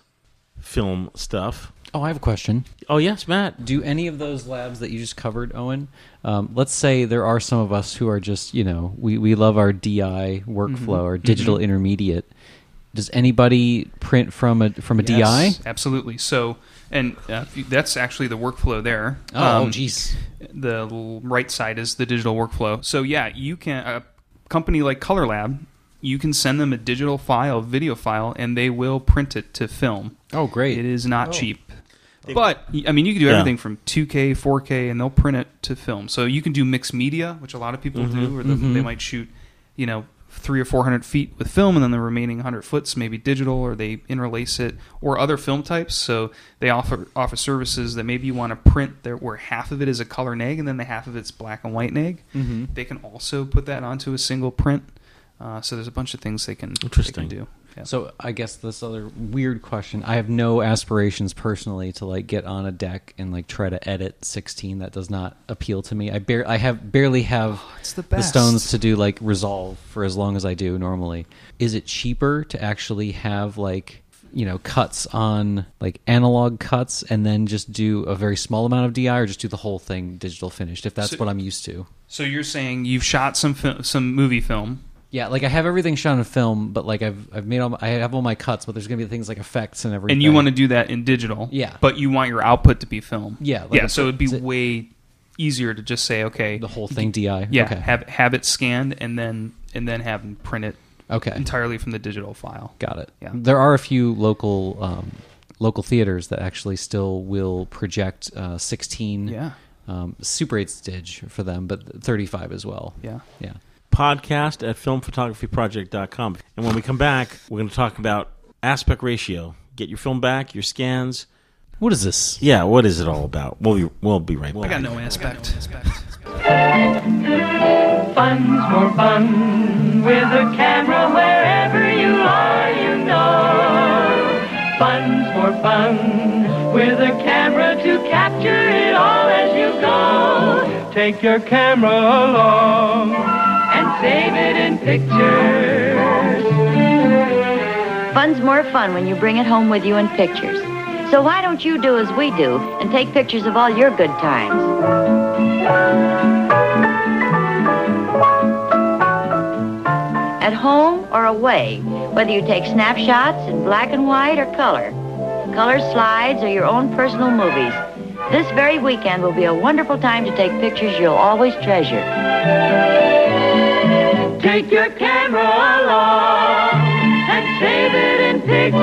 S1: film stuff?
S2: Oh, I have a question.
S1: Oh yes, Matt.
S2: Do any of those labs that you just covered, Owen? Um, let's say there are some of us who are just, you know, we, we love our DI workflow,
S4: Mm-hmm.
S2: our digital intermediate. Does anybody print from a from a
S4: Yes,
S2: DI?
S4: Absolutely. So, and uh, if you- that's actually the workflow there.
S2: Oh,
S4: Um,
S2: jeez.
S4: the l- right side is the digital workflow. So yeah, you can a company like Color Lab, you can send them a digital file, video file, and they will print it to film.
S2: Oh, great.
S4: It is not cheap. But y- I mean, you can do
S1: Yeah.
S4: everything from 2K, 4K, and they'll
S1: Mm-hmm.
S4: print it to film. So you can do mixed media, which a lot of people do, or the, they might shoot, you know, three or four hundred feet with film, and then the remaining hundred foots maybe digital, or they interlace it, or other film types. So they offer offer services that maybe you want to print there where half of it is a color neg, and then the half of it's black and white neg.
S1: Mm-hmm.
S4: They can also put that onto a single print. Uh, so there's a bunch of things they can, they can
S1: Interesting.
S4: do. Yeah.
S2: So I guess this other weird question. I have no aspirations personally to like get on a deck and like try to edit 16. That does not appeal to me. I bare I have barely have
S4: Oh, it's the
S2: the
S4: best.
S2: stones to do like resolve for as long as I do normally. Is it cheaper to actually have like you know cuts on like analog cuts and then just do a very small amount of DI or just do the whole thing digital finished if that's
S4: So-
S2: what I'm used to?
S4: So you're saying you've shot some fil- some movie film.
S2: Yeah, like I have everything shot in film, but like I've I've made all my, I have all my cuts, but there's gonna be things like effects and everything.
S4: and you want to do that in digital,
S2: Yeah.
S4: But you want your output to be film,
S2: Yeah, like
S4: yeah.
S2: a-
S4: So it'd be
S2: is it-
S4: way easier to just say, okay,
S2: the whole thing DI.
S4: yeah,
S2: Okay.
S4: have have it scanned and then and then have them print it
S2: okay.
S4: entirely from the digital file.
S2: Got it.
S4: Yeah.
S2: There are a few local um, local theaters that actually still will project uh, 16.
S4: Yeah.
S2: Um, Super 8 Stitch for them, but 35 as well.
S4: Yeah.
S2: Yeah.
S1: podcast at filmphotographyproject.com. And when we come back, we're going to talk about aspect ratio. Get your film back, your scans.
S2: What is this?
S1: Yeah, what is it all about? We'll be, we'll be right back.
S4: I got no aspect.
S8: Fun's more fun with a camera wherever you are, you know. Fun's more fun with a camera to capture it all as you go. Take your camera along and save it in pictures.
S9: Fun's more fun when you bring it home with you in pictures. So why don't you do as we do and take pictures of all your good times? At home or away, whether you take snapshots in black and white or color, color slides or your own personal movies, this very weekend will be a wonderful time to take pictures you'll always treasure.
S8: Take your camera along and save it in pictures.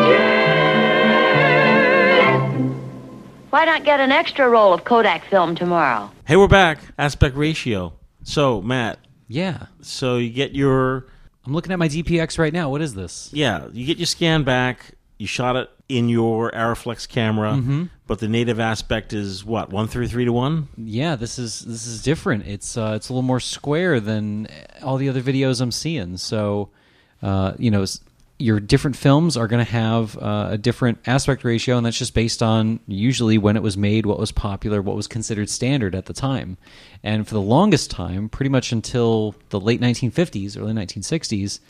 S9: Why not get an extra roll of Kodak film tomorrow?
S1: Hey, we're back. Aspect ratio. So, Matt,
S2: Yeah.
S1: so you get your
S2: I'm looking at my DPX right now. What is this?
S1: yeah, you get your scan back. You shot it in your Araflex camera, but the native aspect is what one through three to one.
S2: Yeah, this is this is different. It's uh, it's a little more square than all the other videos I'm seeing. So, uh, you know, s- your different films are going to have uh, a different aspect ratio, and that's just based on usually when it was made, what was popular, what was considered standard at the time. And for the longest time, pretty much until the late 1950s, early 1960s,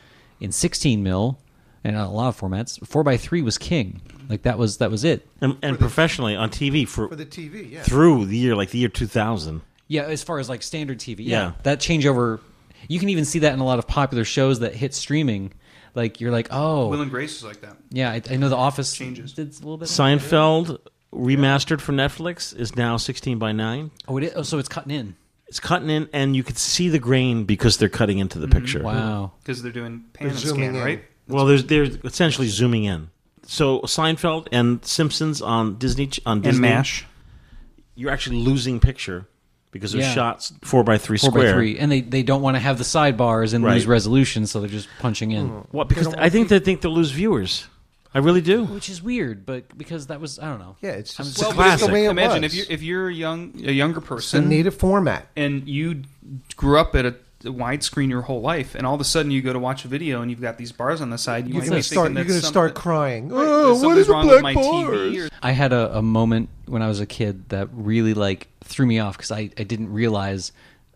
S2: in 16 mil and a lot of formats, four x three was king. Like that was that was it.
S1: And, and professionally on TV for,
S3: for the TV. Yeah,
S1: through the year like the year two thousand.
S2: Yeah, as far as like standard TV. Yeah.
S1: Yeah.
S2: That changeover, you can even see that in a lot of popular shows that hit streaming. Like you're like, oh,
S4: Will and Grace is like that.
S2: yeah, I, I know The Office
S4: Changes.
S2: did a little bit.
S1: Seinfeld remastered for Netflix is now sixteen by nine.
S2: oh, it is, oh, so it's cutting in.
S1: It's cutting in, and you could see the grain because they're cutting into the picture.
S2: Wow.
S4: Because they're doing pan and
S3: zooming
S4: scan,
S3: in.
S4: right?
S1: Well, there's they're essentially zooming in. So Seinfeld and Simpsons on Disney ch- on
S4: And
S1: Disney,
S4: mash.
S1: you're actually losing picture because they're
S2: Yeah.
S1: shots four by three
S2: Four
S1: square.
S2: by three, and they, they don't want to have the sidebars and
S1: Right.
S2: lose resolution, so they're just punching in,
S1: What? Because I think they think they'll lose viewers. I really do.
S2: which is weird. But because that was, I don't know.
S3: yeah, it's just
S1: Well,
S3: it's just
S1: classic.
S3: the way it
S4: Imagine
S3: was.
S4: if you're if you're a young a younger
S3: it's a
S4: person
S3: native format.
S4: and you grew up at a a widescreen your whole life, and all of a sudden you go to watch a video and you've got these bars on the side. You
S3: You're
S4: might
S3: gonna
S4: be
S3: start.
S4: thinking
S3: You're
S4: that's
S3: gonna start
S4: something-
S3: crying.
S4: Right,
S3: Oh, what
S4: something's
S3: is a
S4: wrong with
S3: black
S4: my
S3: bars?
S4: TV or
S2: I had a, a moment when I was a kid that really like threw me off because I, I didn't realize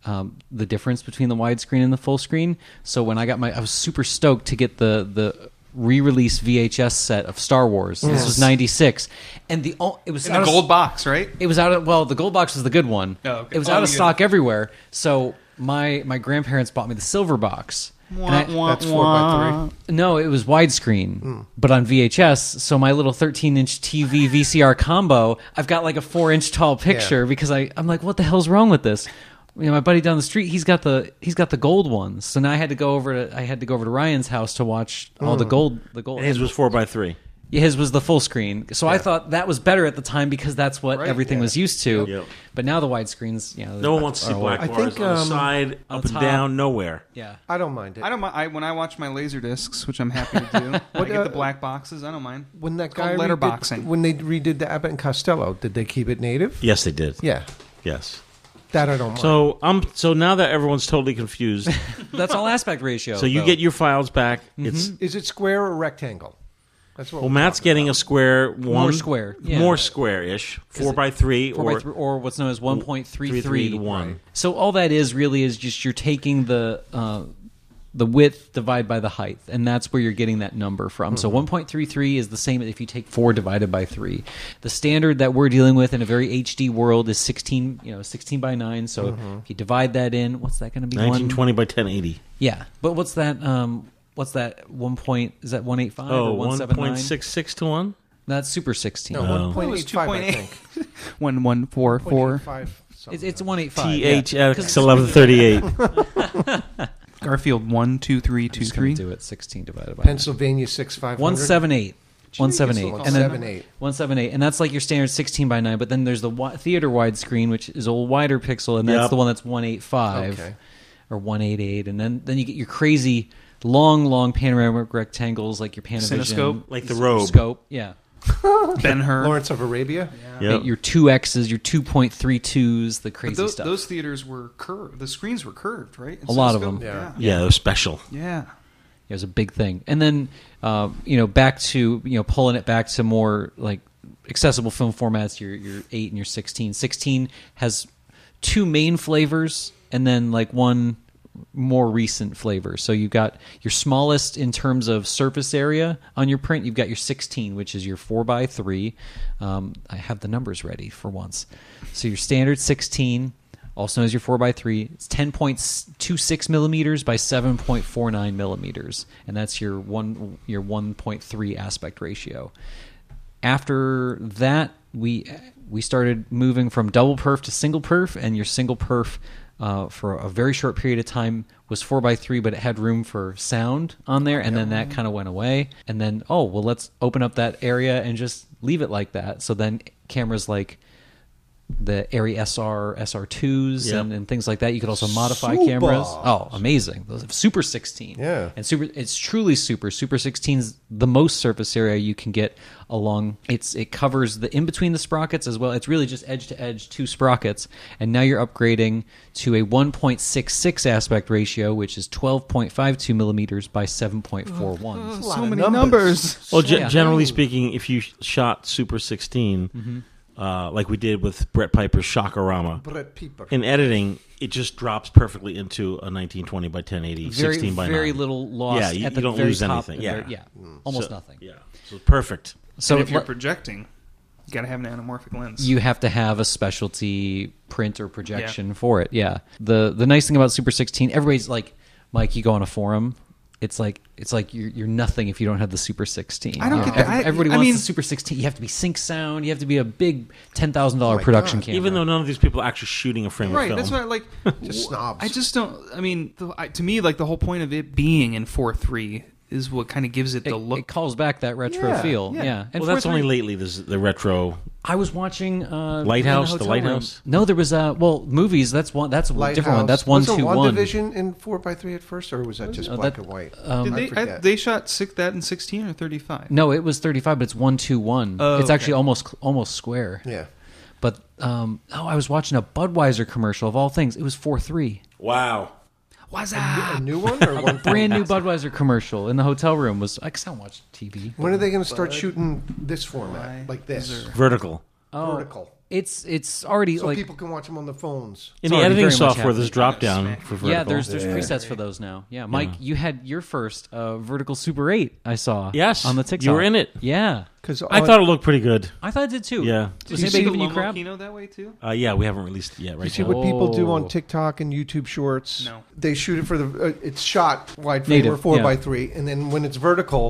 S2: um, the difference between the widescreen and the full screen. So when I got my, I was super stoked to get the the re-release VHS set of Star Wars. This was '96, and the o- it was
S4: in the
S2: out of-
S4: gold box, right?
S2: it was out of well, the gold box was the good one.
S4: Oh, okay.
S2: It was
S4: Oh,
S2: out of
S4: yeah.
S2: stock everywhere. So my my grandparents bought me the silver box. And I-
S3: That's four by three.
S2: no, it was widescreen, but on VHS. So my little 13 inch TV VCR combo, I've got like a four inch tall picture because I, I'm like, what the hell's wrong with this? You know, my buddy down the street, he's got the he's got the gold ones.
S1: Mm.
S2: So now I had to go over to I had to go over to Ryan's house to watch all the gold the gold.
S1: His was four by three.
S2: Yeah, his was the full screen. So I thought that was better at the time because that's what
S4: Right,
S2: everything was used to.
S1: Yeah.
S2: But now the widescreens, you know,
S1: No one wants to see
S2: are what-
S1: black
S3: I
S1: bars
S3: think,
S1: on the
S3: um,
S1: side, up and
S2: top.
S1: down, nowhere.
S2: Yeah.
S3: I don't mind it.
S4: I don't mind. I, when I watch my laser discs, which I'm happy to do, I get the black boxes. I don't mind.
S3: when that
S4: It's called
S3: guy
S4: letterboxing.
S3: redid, when they redid the Abbott and Costello, did they keep it native?
S1: Yes, they did.
S3: Yeah,
S1: Yes.
S3: that I don't mind.
S1: So I'm so now that everyone's totally confused.
S2: That's all aspect ratio.
S1: so you
S2: though.
S1: get your files back.
S2: Mm-hmm.
S1: It's
S3: Is it square or rectangle? That's what.
S1: well, Matt's getting a square one,
S2: More square, yeah.
S1: more square-ish, four
S2: it-
S1: by three,
S2: four
S1: or
S2: by three, or what's known as one point three
S1: three
S2: three
S1: to one.
S2: So all that is really is just you're taking the uh, the width divided by the height, and that's where you're getting that number from. So 1.33 is the same if you take four divided by three. The standard that we're dealing with in a very HD world is 16, you know, 16 by nine. So if you divide that in, what's that going to be? One-
S1: 1920 by 1080.
S2: Yeah, but what's that? Um, what's that? One point is that 185
S1: Oh,
S2: or 179?
S1: 1.66 to 1?
S2: That's super 16.
S3: no, one point eight five. I
S4: 2.8.
S3: think.
S4: One one four four.
S3: 5 something.
S2: It's, it's 185. yeah.
S1: THX 1138.
S4: Garfield one two three two
S2: Just gonna
S4: three.
S2: do it 16 divided by
S3: Pennsylvania six five.
S2: One seven eight. One seven eight.
S3: One
S2: And then-
S3: seven eight.
S2: One seven eight, and that's like your standard sixteen by nine. But then there's the wi- theater wide screen, which is a wider pixel, and that's
S1: Yep.
S2: the one that's one eight five
S3: Okay.
S2: or one eight eight, and then then you get your crazy long, long panoramic rectangles like your Panavision,
S4: Cinescope.
S1: like the robe.
S2: scope, yeah.
S4: Ben Hur.
S3: Lawrence of Arabia.
S1: Yep.
S2: Get your two X's, your two point three twos, the crazy
S4: Those,
S2: stuff.
S4: those theaters were curved. The screens were curved, right?
S2: A lot of them.
S4: Yeah.
S1: Yeah, they're special.
S4: Yeah.
S2: it was a big thing. And then, uh, you know, back to you know pulling it back to more like accessible film formats. Your your eight and your sixteen. Sixteen has two main flavors, and then like one more recent flavor. So you've got your smallest in terms of surface area on your print. You've got your sixteen, which is your four by three. Um, I have the numbers ready for once. So your standard sixteen also known as your 4x3 it's 10.26 millimeters by 7.49 millimeters and that's your one your 1.3 aspect ratio after that we we started moving from double perf to single perf and your single perf uh, for a very short period of time was 4x3 but it had room for sound on there and then that kind of went away and then oh well let's open up that area and just leave it like that so then cameras like the Arri SR SR2s
S1: Yep.
S2: and, and things like that. You could also modify
S3: Super.
S2: cameras. Oh, amazing! Those have Super 16.
S3: Yeah.
S2: and super. It's truly super. Super 16's the most surface area you can get along. It's it covers the in between the sprockets as well. It's really just edge to edge two sprockets, and now you're upgrading to a 1.66 aspect ratio, which is 12.52 millimeters by
S1: Oh,
S2: 7.41.
S3: So
S4: many numbers.
S1: Well, ge-
S2: Yeah.
S1: generally speaking, if you sh- shot Super 16,
S2: Mm-hmm.
S1: uh, like we did with Brett Piper's Shockorama,
S3: Brett Pieper.
S1: in editing, it just drops perfectly into a 1920 by 1080,
S2: Very,
S1: 16 by
S2: very
S1: 9.
S2: little loss.
S1: Yeah, you-
S2: at the
S1: you don't
S2: very
S1: lose
S2: top,
S1: anything.
S2: the very-
S1: Yeah. Mm.
S2: almost
S1: So-
S2: nothing.
S1: Yeah, so perfect.
S2: So
S4: and if you're
S2: let-
S4: projecting, you got to have an anamorphic lens.
S2: you have to have a specialty print or projection
S4: Yeah.
S2: for it. Yeah. The the nice thing about Super 16, everybody's like, Mike, you go on a forum. It's like it's like you're, you're nothing if you don't have the Super 16.
S4: I
S2: You
S4: don't
S2: know,
S4: get that.
S2: every-
S4: I-
S2: Everybody
S4: I
S2: wants
S4: mean-
S2: the Super 16. You have to be sync sound. You have to be a big ten thousand dollar production camera.
S1: Oh Even though none of these people are actually shooting a frame
S4: right.
S1: of film.
S4: That's what I like.
S3: Just snobs.
S4: I just don't. I mean, the, I, to me, like the whole point of it being in four three is what kind of gives it,
S2: it,
S4: the look.
S2: it calls back that retro
S3: Yeah,
S2: feel.
S4: yeah.
S2: Yeah.
S1: well, that's
S2: 4:3
S1: only lately this, the retro.
S2: I was watching uh,
S1: Lighthouse,
S2: in
S1: the
S2: hotel room.
S1: Lighthouse?
S2: No, there was uh, well movies. That's one. That's a different one. That's one
S3: was
S2: two
S3: one.
S2: one.
S3: division in four by three at first, or was that um, just
S2: Uh,
S3: black
S2: that-
S3: and white?
S4: Did
S3: I
S4: they, I,
S3: forget.
S4: they shot six, that in sixteen or thirty five.
S2: No, it was 35, but it's 121.
S4: Oh,
S2: it's
S4: okay.
S2: actually almost almost square.
S3: yeah.
S2: But um, oh, I was watching a Budweiser commercial of all things. It was 4-3.
S1: Wow.
S4: What's
S3: A
S4: that?
S3: new one or one?
S2: Brand new Budweiser commercial in the hotel room was I guess I don't watch TV.
S3: When are they going to start shooting this format, like this,
S1: Vertical.
S3: vertical,
S2: It's it's already
S3: so
S2: like
S3: people can watch them on the phones?
S1: In
S2: It's
S1: the
S2: already
S1: editing
S2: very much
S1: software, there's
S2: happening.
S1: drop down for vertical.
S2: yeah, there's there's presets for those now. Yeah, Mike, you had your first uh, vertical Super 8 I saw.
S1: Yes,
S2: on the
S1: you
S2: TikTok.
S1: were in it.
S2: Yeah,
S3: Because
S1: I thought it looked pretty good.
S2: I thought I did too.
S1: Yeah.
S2: was
S4: Did you see
S2: anybody
S4: the
S2: giving you
S4: Lomo
S2: crap?
S4: Kino that way too?
S1: Uh, yeah, we haven't released it yet, right?
S3: See
S1: now.
S3: what people do
S2: Oh.
S3: on TikTok and YouTube Shorts?
S4: No.
S3: They shoot it for the. Uh, it's shot wide frame
S2: Native,
S3: or four
S2: yeah.
S3: by three, and then when it's vertical,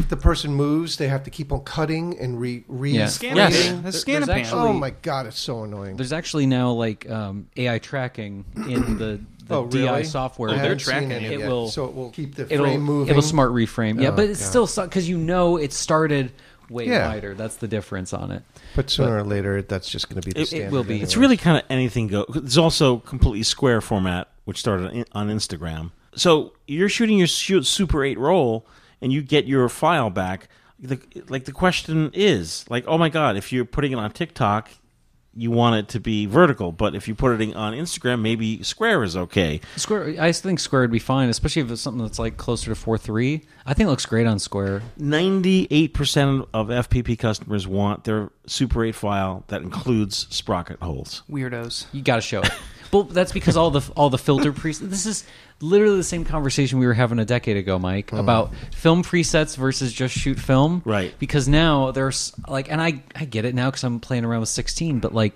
S3: if the person moves, they have to keep on cutting and re re.
S2: Yeah.
S4: Scan
S1: Yes.
S4: pan.
S1: There-
S4: That's
S2: there's
S4: scan a pan.
S2: actually-
S3: Oh my god, it's so annoying.
S2: There's actually now like um, AI tracking in the, the
S3: oh really?
S2: DI software.
S3: I
S4: they're
S3: haven't seen
S4: tracking
S3: any
S4: it.
S2: It
S3: yet,
S2: will-
S3: So it will keep the
S2: it'll
S3: frame moving.
S2: it'll smart reframe. Yeah,
S3: Oh,
S2: but it's
S3: God.
S2: still because you know it started way
S3: Yeah.
S2: wider. That's the difference on it.
S3: But sooner or later, that's just going to be the
S2: It-
S3: standard.
S2: it will be.
S1: It's
S3: anyway.
S1: really kind of anything go. It's also completely square format, which started on- on Instagram. So you're shooting your shoot Super Eight roll, and you get your file back. The, like the question is, like, oh my god, if you're putting it on TikTok, you want it to be vertical, but if you put it on Instagram, maybe square is okay.
S2: Square, I think square would be fine, especially if it's something that's like closer to four three. I think it looks great on square.
S1: 98% of FPP customers want their Super 8 file that includes sprocket
S4: Oh.
S1: holes.
S4: Weirdos.
S2: You got to show it. well, that's because all the all the filter presets. This is literally the same conversation we were having a decade ago, Mike, about film presets versus just shoot film.
S1: Right.
S2: Because now there's like, and I I get it now because I'm playing around with 16, but like,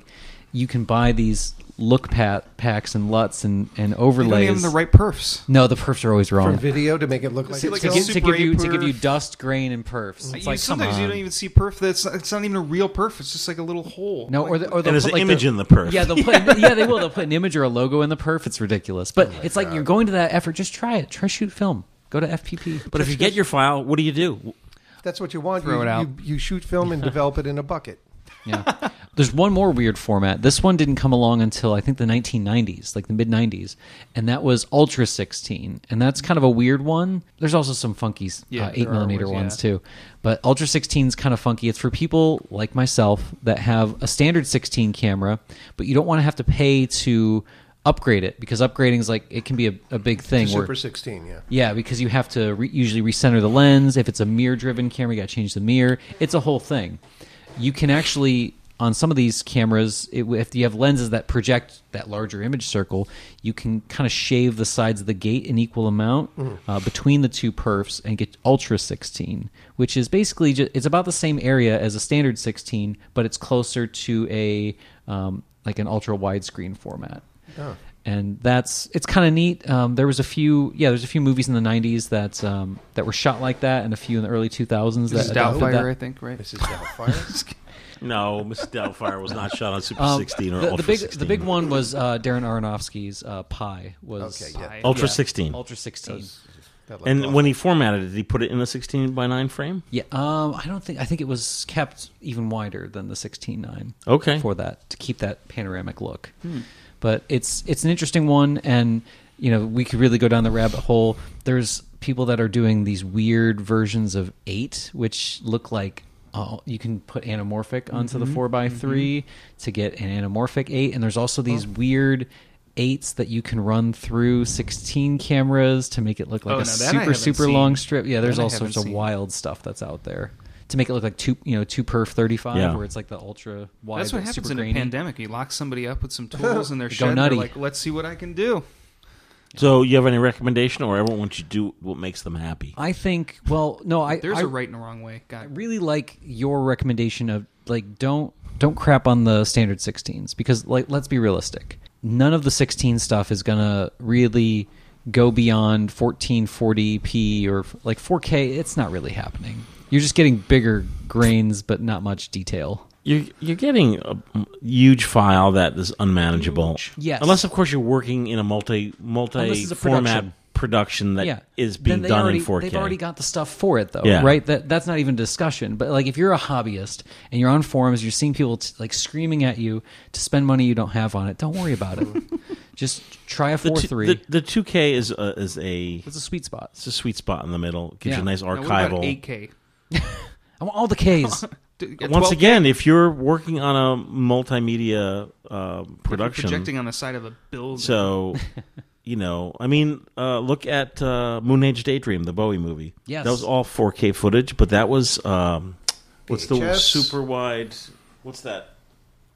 S2: you can buy these look pat packs and luts and and
S4: They don't
S2: overlays.
S4: even have the right perfs.
S2: no, the perfs are always
S3: for
S2: wrong.
S3: video to make it look like
S4: See,
S3: it's
S4: like
S2: to,
S4: a
S3: film?
S2: give,
S4: super
S2: to give you to
S4: eight
S2: give you
S4: perf.
S2: dust, grain, and perfs. It's
S4: You-
S2: like come
S4: sometimes you
S2: on.
S4: don't even see perf. That's not, it's not even a real perf. It's just like a little hole.
S2: No,
S4: Like,
S2: or, the, or
S1: And there's
S2: put,
S1: an
S2: like,
S1: image in the perf.
S2: Yeah, they'll put, yeah, they will. They'll put an image or a logo in the perf. It's ridiculous,
S1: Oh
S2: but it's like you're going to that effort. Just try it. Try shoot film. Go to FPP.
S1: But if you get your file, what do you do?
S3: That's what you want.
S4: Throw
S3: you,
S4: it out.
S3: You, you shoot film and develop it in a bucket.
S2: yeah, there's one more weird format. This one didn't come along until I think the 1990s, like the mid 90s, and that was Ultra 16, and that's kind of a weird one. There's also some funky
S4: Yeah,
S2: uh, eight
S4: there are
S2: millimeter
S4: always,
S2: ones
S4: yeah.
S2: too. too. But Ultra 16 is kind of funky. It's for people like myself that have a standard 16 camera, but you don't want to have to pay to upgrade it because upgrading is like it can be a, a big thing. where-
S3: Super 16, yeah.
S2: yeah, because you have to re- usually recenter the lens. If it's a mirror-driven camera, you got to change the mirror. It's a whole thing. You can actually on some of these cameras, it, if you have lenses that project that larger image circle, you can kind of shave the sides of the gate an equal amount uh, between the two perfs and get Ultra 16, which is basically just, it's about the same area as a standard 16, but it's closer to a um, like an ultra widescreen format and that's it's kind of neat. Um, there was a few, yeah, there's a few movies in the '90s that um, that were shot like that, and a few in the early 2000s
S4: This is
S2: that adopted that.
S4: Doubtfire, I think, right?
S3: This is Doubtfire.
S1: No, Mrs. Doubtfire was not shot on Super
S2: Um,
S1: 16 or
S2: the,
S1: Ultra
S2: the big
S1: 16.
S2: the big one was uh, Darren Aronofsky's uh, Pie was
S3: Okay, yeah.
S1: Ultra
S2: yeah,
S1: 16.
S2: Ultra 16.
S3: That looked
S1: and
S3: awful.
S1: when he formatted it, did he put it in a 16 by 9 frame?
S2: Yeah, um, I don't think I think it was kept even wider than the 16.9.
S1: Okay.
S2: for that to keep that panoramic look.
S4: Hmm.
S2: But it's it's an interesting one, and you know we could really go down the rabbit hole. There's people that are doing these weird versions of eight, which look like. Oh, you can put anamorphic onto
S4: Mm-hmm.
S2: the four by 3 to get an anamorphic eight, and there's also
S4: Oh.
S2: these weird eights that you can run through sixteen cameras to make it look like
S4: Oh,
S2: a
S4: now that I
S2: super
S4: haven't
S2: super
S4: seen.
S2: long strip. Yeah, there's
S4: That I
S2: all
S4: haven't
S2: sorts of
S4: seen.
S2: wild stuff that's out there to make it look like two you know two perf thirty five,
S1: Yeah.
S2: where it's like the ultra wide.
S4: That's what
S2: but
S4: happens
S2: super
S4: in a
S2: grainy.
S4: pandemic. You lock somebody up with some tools in their
S2: They go
S4: shed. and They're
S2: nutty.
S4: like, let's see what I can do.
S1: So you have any recommendation, or everyone wants you to do what makes them happy?
S2: I think. Well, no, I
S4: There's
S2: I
S4: a right and a wrong way.
S2: I
S4: God,
S2: really like your recommendation of like don't don't crap on the standard 16s because like let's be realistic. None of the 16 stuff is gonna really go beyond 1440p or like 4K. It's not really happening. You're just getting bigger grains, but not much detail.
S1: You're you're getting a huge file that is unmanageable.
S2: Yes.
S1: Unless, of course, you're working in a multi multi
S2: it's a
S1: format
S2: production.
S1: production that is
S2: yeah.
S1: being
S2: Then they
S1: done
S2: already,
S1: in 4K.
S2: They've already got the stuff for it, though,
S1: Yeah.
S2: right? That that's not even discussion. But like, if you're a hobbyist and you're on forums, you're seeing people t- like screaming at you to spend money you don't have on it. Don't worry about it. Just try a
S1: the,
S2: four
S1: two-
S2: three.
S1: the- the 2K is a, is a
S2: it's a sweet spot.
S1: it's a sweet spot in the middle. Gives you
S2: Yeah.
S1: a nice
S4: now, what about
S1: archival.
S4: 8K?
S2: I want all the K's.
S4: D-
S1: Once
S4: 12K?
S1: again, if you're working on a multimedia uh,
S4: If you're
S1: production,
S4: projecting on the side of a building.
S1: so you know, I mean, uh, look at uh, Moon Age Daydream, the Bowie movie.
S2: Yes.
S1: that was all 4K footage, but that was um, what's the
S3: VHS?
S1: super wide? What's that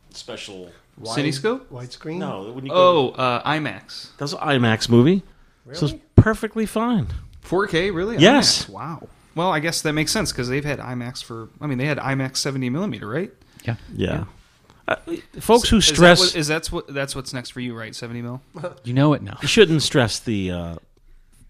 S1: special?
S3: Wide-
S4: Cinescope?
S3: Widescreen?
S1: No, when you go,
S4: oh, uh, IMAX.
S1: that was an IMAX movie. So it's
S3: Really?
S1: perfectly fine.
S4: 4K, really?
S1: Yes.
S4: IMAX, Wow. Well, I guess that makes sense because they've had IMAX for. I mean, they had IMAX 70 millimeter, right?
S2: yeah.
S1: Yeah. Uh, folks who
S4: Is that
S1: stress
S4: what- Is that's what that's what's next for you, right? 70 mil.
S2: You know it now.
S1: you shouldn't stress the uh,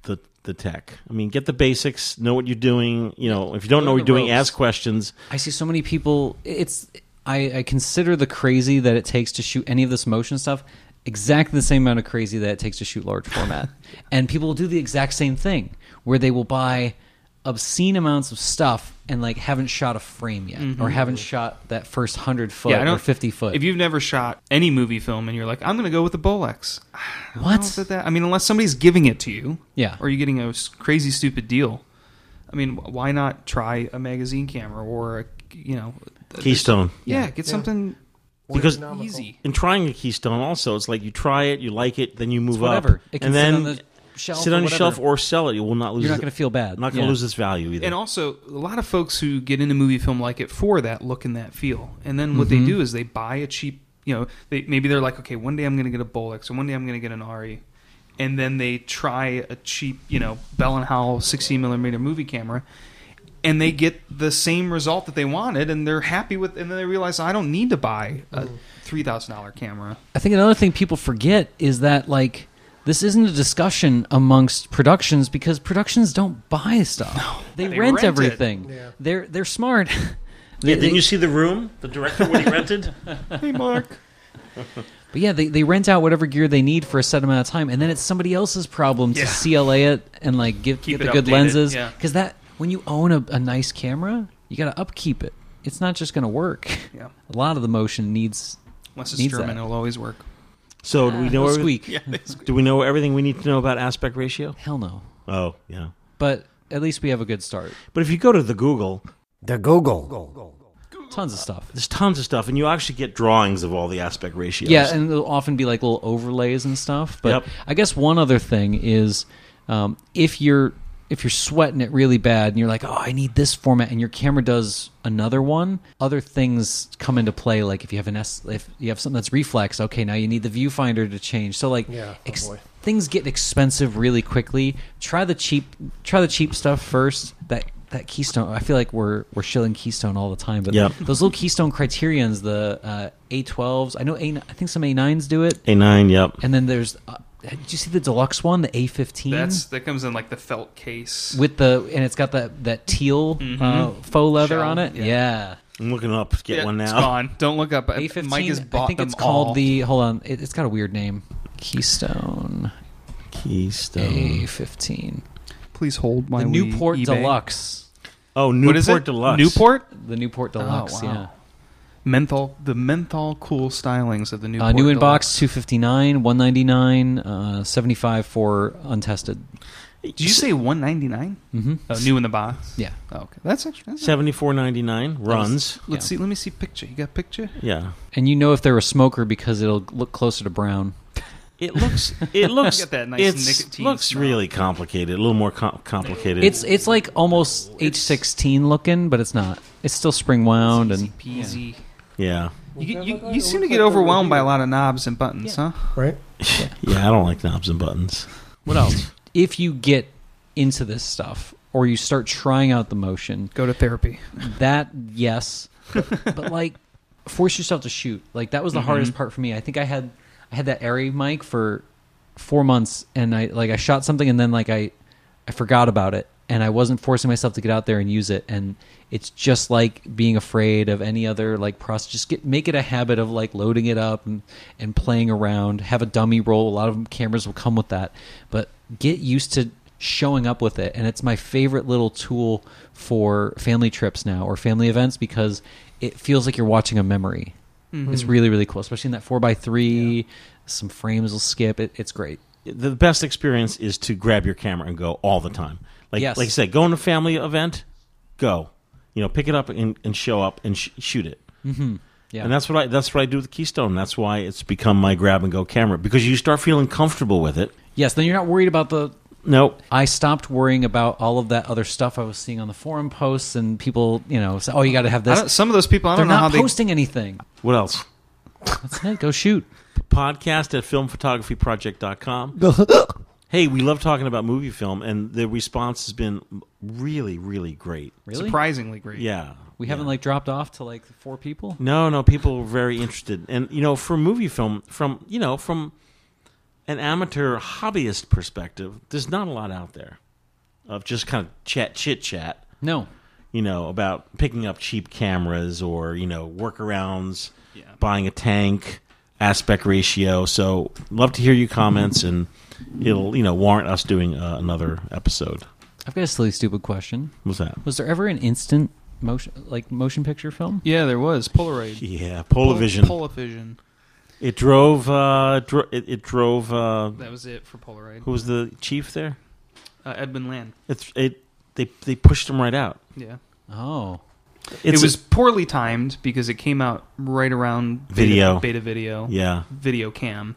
S1: the the tech. I mean, get the basics, know what you're doing. You know, if you don't know what
S2: Learn
S1: you're
S2: the
S1: doing,
S2: ropes.
S1: ask questions.
S2: I see so many people. It's I, I consider the crazy that it takes to shoot any of this motion stuff exactly the same amount of crazy that it takes to shoot large format. and people will do the exact same thing where they will buy obscene amounts of stuff and like haven't shot a frame yet or haven't shot that first 100 foot
S4: Mm-hmm. Yeah, I
S2: or
S4: don't
S2: 50 foot.
S4: If you've never shot any movie film and you're like, I'm going to go with the Bolex. I don't know
S2: What?
S4: if that- that- I mean, unless somebody's giving it to you.
S2: Yeah.
S4: Or you're getting a s- crazy stupid deal. I mean, wh- why not try a magazine camera or a, you know, a-
S1: Keystone.
S4: Yeah, get something
S1: Because
S4: easy.
S1: in trying a Keystone, also, it's like you try it, you like it, then you move
S2: whatever.
S1: up,
S2: It can
S1: and
S2: sit
S1: then
S2: on the shelf
S1: sit
S2: or
S1: on your shelf
S2: whatever.
S1: or sell it. You will not lose.
S2: You're not
S1: it-
S2: going to feel bad.
S1: Not going to
S2: Yeah.
S1: lose its value either.
S4: And also, a lot of folks who get into movie film like it for that look and that feel. And then what
S2: Mm-hmm.
S4: they do is they buy a cheap, you know, they maybe they're like, okay, one day I'm going to get a Bolex, and one day I'm going to get an Ari, and then they try a cheap, you know, Bell and Howell 16 millimeter movie camera, and they get the same result that they wanted, and they're happy with, and then they realize I don't need to buy a
S2: Mm.
S4: three thousand dollar camera.
S2: I think another thing people forget is that like this isn't a discussion amongst productions because productions don't buy stuff. they,
S4: they
S2: rent,
S4: rent it.
S2: everything. They're they're smart.
S1: yeah,
S2: They-
S1: didn't you see the room? The director when he rented.
S4: Hey, Mark.
S2: But yeah, they, they rent out whatever gear they need for a set amount of time, and then it's somebody else's problem to
S4: Yeah.
S2: CLA it and like give
S4: Keep
S2: get the
S4: it
S2: good
S4: updated,
S2: lenses.
S4: yeah.
S2: Because that when you own a, a nice camera, you got to upkeep it. It's not just going to work.
S4: Yeah.
S2: A lot of the motion needs.
S4: Unless it's
S2: Needs
S4: German,
S2: that.
S4: it'll always work.
S1: So do we know?
S2: It'll
S1: every-
S2: squeak.
S1: Do we know everything we need to know about aspect ratio?
S2: Hell no.
S1: Oh, yeah.
S2: But at least we have a good start.
S1: But if you go to the Google,
S10: The Google.
S2: Tons of stuff.
S1: there's tons of stuff, and you actually get drawings of all the aspect ratios.
S2: Yeah, and it'll often be like little overlays and stuff. But
S1: Yep.
S2: I guess one other thing is um, if you're if you're sweating it really bad and you're like, oh, I need this format, and your camera does another one, other things come into play. Like if you have an S, if you have something that's reflex, okay, now you need the viewfinder to change. So like,
S3: Yeah, oh boy.
S2: things get expensive really quickly. Try the cheap, try the cheap stuff first. That that Keystone, I feel like we're we're shilling Keystone all the time, but
S1: Yep.
S2: those little Keystone criterions, the uh, A12s. I know A, I think some A9s do it,
S1: A9, yep.
S2: and then there's. Uh, did you see the deluxe one, the A15?
S4: That's that comes in like the felt case.
S2: with the and it's got that that teal uh, faux leather
S4: Mm-hmm. Shell,
S2: on it.
S4: yeah.
S2: Yeah,
S1: I'm looking up to get
S4: Yeah,
S1: one
S4: It's
S1: now.
S4: gone. Don't look up.
S2: A fifteen.
S4: Mike has bought
S2: I think
S4: them
S2: it's
S4: all.
S2: called the. Hold on, it, it's got a weird name. Keystone
S1: Keystone.
S2: A fifteen.
S4: Please hold my
S2: The
S4: Wii
S2: Newport
S4: eBay.
S2: Deluxe.
S1: Oh, Newport
S4: What is it?
S1: Deluxe.
S4: Newport
S2: The Newport Deluxe.
S4: Oh, wow. menthol. The menthol cool stylings of the
S2: Yeah.
S4: Newport.
S2: Uh, new in
S4: Deluxe.
S2: box two fifty nine, one ninety nine, uh, seventy five for untested.
S4: Did you say one ninety nine? Mm-hmm. Oh, new in the box.
S2: Yeah.
S4: Oh, okay, that's actually. That's
S1: Seventy-four ninety-nine runs.
S4: Let's
S2: Yeah.
S4: see. Let me see picture. You got picture?
S1: Yeah.
S2: And you know if they're a smoker because it'll look closer to brown.
S1: It looks. It looks.
S4: Get that nice
S1: it's,
S4: nicotine
S1: looks
S4: smell.
S1: really complicated. A little more com- complicated.
S2: It's it's like almost H sixteen looking, but it's not. It's still spring wound and
S4: Peasy.
S1: yeah.
S4: You, get- you, you seem to get overwhelmed by a lot of knobs and buttons, huh?
S3: Right?
S1: Yeah. I don't like knobs and buttons. What else?
S2: if you get into this stuff or you start trying out the motion,
S4: Go to therapy.
S2: that yes, but, but, like force yourself to shoot. Like that was the hardest part for me. I think I had I had that Airy mic for four months, and I like I shot something, and then like I I forgot about it, and I wasn't forcing myself to get out there and use it. And it's just like being afraid of any other like process. Just get make it a habit of like loading it up and and playing around. Have a dummy roll. A lot of cameras will come with that, but get used to showing up with it and it's my favorite little tool for family trips now or family events because it feels like you're watching a memory it's really really cool especially in that 4x3 some frames will skip it, it's great
S1: The best experience is to grab your camera and go all the time. Like
S2: Yes.
S1: like I said, go on a family event. Go. You know, pick it up and, and show up and sh- shoot it.
S2: yeah
S1: And that's what I that's what I do with Keystone. That's why it's become my grab and go camera because you start feeling comfortable with it.
S2: yes then you're not worried about the
S1: Nope.
S2: I stopped worrying about all of that other stuff I was seeing on the forum posts and people, you know, say, "Oh, you got to have
S4: I
S2: this."
S4: don't, some of those people, I
S2: They're
S4: don't know how
S2: not
S4: they.
S2: posting anything.
S1: What else?
S2: That's it. Go shoot.
S1: Podcast at filmphotographyproject.com. hey, we love talking about movie film, and the response has been really, really great.
S2: Really?
S4: Surprisingly great.
S1: Yeah.
S2: We haven't like dropped off to like four people.
S1: No, no, people were very interested. And, you know, for movie film, from, you know, from an amateur hobbyist perspective, there's not a lot out there of just kind of chat, chit chat.
S2: No.
S1: you know, about picking up cheap cameras or, you know, workarounds, buying a tank, aspect ratio.
S4: Mm-hmm.
S1: So, love to hear your comments and it'll, you know, warrant us doing uh, another episode.
S2: I've got a silly, stupid question.
S1: What's that?
S2: Was there ever an instant motion, like motion picture film?
S4: Yeah, there was Polaroid.
S1: Yeah, Polavision.
S4: Pol- Polavision.
S1: It drove. Uh, dro- it, it drove. Uh,
S4: That was it for Polaroid.
S1: who was the chief there?
S4: Uh, Edwin Land.
S1: It's it. They they pushed him right out.
S4: Yeah.
S2: Oh,
S1: It's
S4: it was poorly timed because it came out right around beta-
S1: Video.
S4: beta, video,
S1: Yeah.
S4: video cam,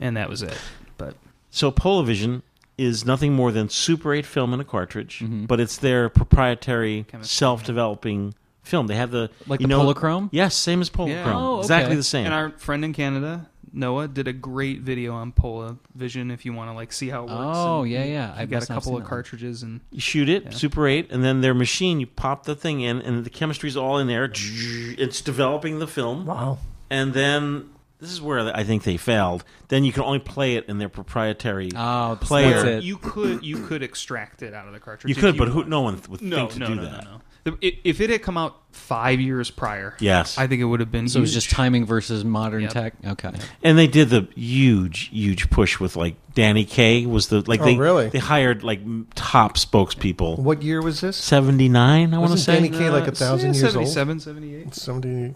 S4: and that was it. But
S1: So Polavision is nothing more than Super 8 film in a cartridge, but it's their proprietary self-developing film. They have the
S2: Like
S1: you
S2: the
S1: know-
S2: Polachrome?
S1: Yes, same as Polachrome.
S4: Yeah.
S2: Oh, okay.
S1: Exactly the same.
S4: and our friend in Canada, Noah, did a great video on Pola Vision. If you want to like see how it works.
S2: Oh,
S4: And
S2: yeah,
S4: he-
S2: yeah.
S4: He
S2: I
S4: got a
S2: must not have seen
S4: couple of
S2: that one.
S4: cartridges and
S1: you shoot it, Super 8, and then their machine, you pop the thing in, and the chemistry's all in there. It's developing the film.
S3: Wow.
S1: And then this is where I think they failed. Then you can only play it in their proprietary
S2: Oh, that's
S1: Uh, player.
S2: it.
S4: you could you could extract it out of the cartridge.
S1: You
S4: if
S1: could, but who,
S4: wanted.
S1: no one would
S4: no,
S1: think to
S4: no,
S1: do
S4: no,
S1: that.
S4: no, no. The- i- If it had come out five years prior,
S1: Yes.
S4: I think it would have been.
S2: so it was
S4: huge.
S2: just timing versus modern
S4: Yep.
S2: tech. Okay,
S1: And they did the huge, huge push with like Danny Kaye was the like
S3: Oh,
S1: they
S3: really?
S1: they hired like m- top spokespeople.
S3: What year was this?
S1: Seventy nine, I want to
S3: Wasn't
S1: say.
S3: Danny
S1: Danny,
S3: Kaye like a thousand years old?
S4: 77, 78.
S3: 78,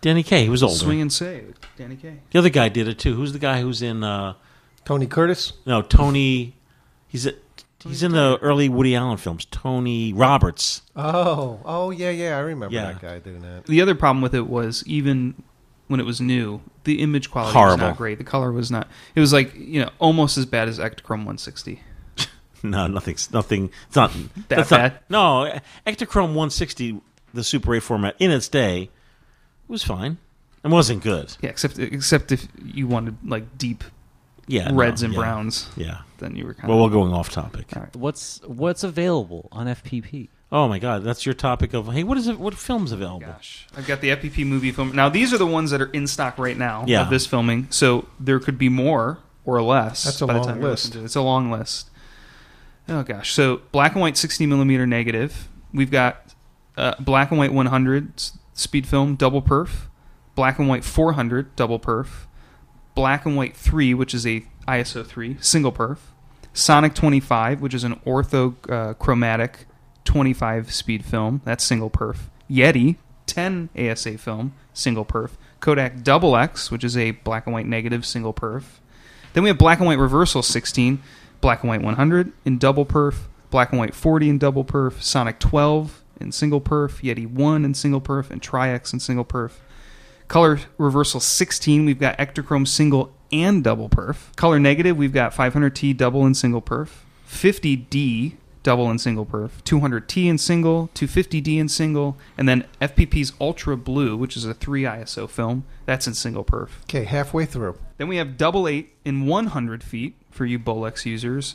S3: 78.
S1: Kaye, he was older.
S4: Swing and save, Danny Kaye.
S1: The other guy did it too. Who's the guy who's in? uh
S3: Tony Curtis.
S1: No, Tony. He's a, he's in the early Woody Allen films. Tony Roberts.
S3: Oh, oh yeah, yeah. I remember
S1: Yeah.
S3: that guy doing that.
S4: The other problem with it was even when it was new, the image quality was
S1: Horrible.
S4: not great. The color was not. It was like you know almost as bad as Ektachrome 160.
S1: No, nothing's nothing. It's not
S4: That
S1: that's
S4: bad?
S1: Not, no, Ektachrome one sixty, the Super A format in its day, was fine. It wasn't good.
S4: Yeah, except except if you wanted like deep
S1: Yeah,
S4: reds
S1: no,
S4: and
S1: yeah,
S4: browns,
S1: Yeah.
S4: then you were kind
S1: Well,
S4: of
S1: we're going off topic.
S4: All right.
S2: what's what's available on FPP?
S1: Oh my God, that's your topic of hey, what is it? What films available?
S4: Gosh, I've got the FPP movie film. Now these are the ones that are in stock right now
S1: Yeah.
S4: of this filming. So there could be more or less.
S3: That's a
S4: by the
S3: long
S4: time you
S3: list.
S4: listen to it. It's a long list. Oh gosh. So black and white 60 millimeter negative. We've got uh, black and white 100 s- speed film double perf, black and white 400 double perf, black and white 3, which is a ISO 3 single perf, Sonic 25, which is an orthochromatic uh, chromatic 25 speed film. That's single perf. Yeti 10 ASA film, single perf. Kodak Double X, which is a black and white negative single perf. Then we have black and white reversal 16, black and white 100 in double perf, black and white 40 in double perf, Sonic 12 in single perf, Yeti 1 in single perf, and Tri X in single perf. Color reversal 16, we've got Ektachrome single and double perf. Color negative, we've got 500T double and single perf, 50D double and single perf, 200T in single, 250D in single, and then FPP's Ultra Blue, which is a 3 ISO film, that's in single perf.
S3: Okay, halfway through.
S4: Then we have double eight in 100 feet for you Bolex users.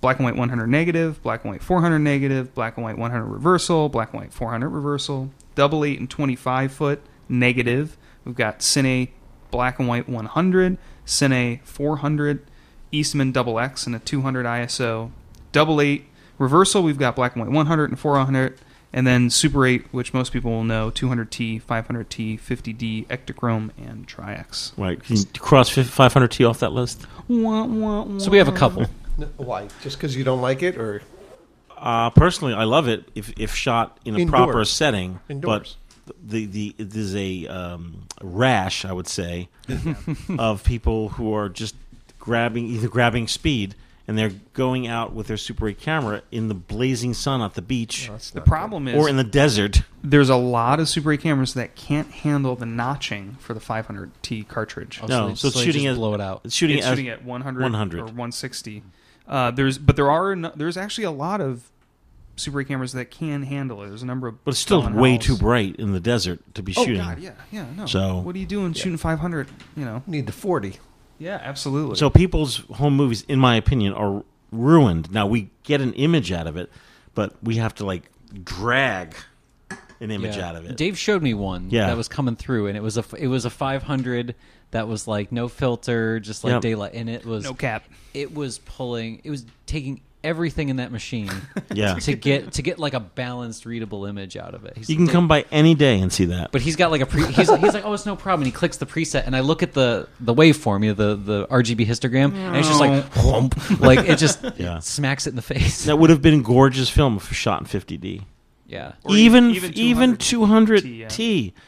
S4: Black and white 100 negative, black and white 400 negative, black and white 100 reversal, black and white 400 reversal. Double eight and 25 foot negative. We've got Cine black and white 100, Cine 400, Eastman double X and a 200 ISO. Double eight reversal. We've got black and white 100 and 400, and then Super 8, which most people will know 200T, 500T, 50D, Ektachrome, and Tri X.
S1: Right, can you cross five hundred T off that list.
S2: So we have a couple.
S3: No, why? Just because you don't like it, or
S1: Uh, personally, I love it if if shot in a
S3: Indoors.
S1: proper setting.
S3: Indoors.
S1: But the the there's a um, rash, I would say, of people who are just grabbing either grabbing speed and they're going out with their Super 8 camera in the blazing sun at the beach
S4: The problem is
S1: or in the desert.
S4: there's a lot of Super 8 cameras that can't handle the notching for the 500T cartridge.
S2: Oh,
S1: No,
S2: they-
S1: so it's
S2: they
S1: shooting
S2: just
S1: as-
S2: blow it out.
S1: It's shooting,
S4: it's
S1: as-
S4: shooting at 100,
S1: 100.
S4: or 160. Uh, there's but there are no, there's actually a lot of Super 8 cameras that can handle it. There's a number of
S1: but it's still
S4: Don
S1: way
S4: Howells.
S1: too bright in the desert to be
S4: Oh
S1: shooting.
S4: god, yeah, yeah, no.
S1: So-
S4: what are you doing shooting 500? You know,
S3: you need the forty.
S4: yeah, absolutely.
S1: So people's home movies, in my opinion, are ruined. Now we get an image out of it, but we have to like drag an image
S2: Yeah.
S1: out of it.
S2: Dave showed me one
S1: Yeah.
S2: that was coming through, and it was a f- it was a 500 that was like no filter, just like
S1: Yep.
S2: daylight, and it was
S4: no cap.
S2: it was pulling it was taking everything in that machine
S1: Yeah.
S2: to get to get like a balanced readable image out of it. He's
S1: You can
S2: like-
S1: come by any day and see that.
S2: But he's got like a pre. He's, he's like, oh, it's no problem. And he clicks the preset, and I look at the the waveform, you know, the the RGB histogram, and it's just like, whomp, like it just
S1: Yeah.
S2: smacks it in the face.
S1: that would have been gorgeous film if shot in 50D.
S2: Yeah.
S4: Or
S1: even
S4: even
S1: even
S4: 200
S1: 200
S4: T,
S1: T.
S4: yeah.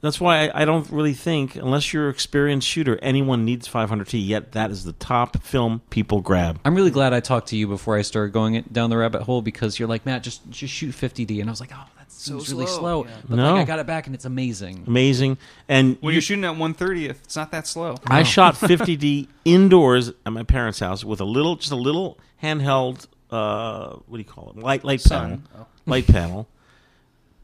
S1: That's why I, I don't really think, unless you're an experienced shooter, anyone needs 500T. Yet that is the top film people grab.
S2: I'm really glad I talked to you before I started going it- down the rabbit hole because you're like, Matt, just just shoot 50D, and I was like, oh, that seems really
S4: slow,
S2: slow.
S4: yeah.
S2: But
S1: No.
S2: like, I got it back, and it's amazing.
S1: Amazing. And
S4: When
S1: you-
S4: you're shooting at 130th, it's not that slow.
S1: I shot 50D indoors at my parents' house with a little, just a little handheld. Uh, what do you call it? Light light panel.
S4: Sun. Oh.
S1: Light panel.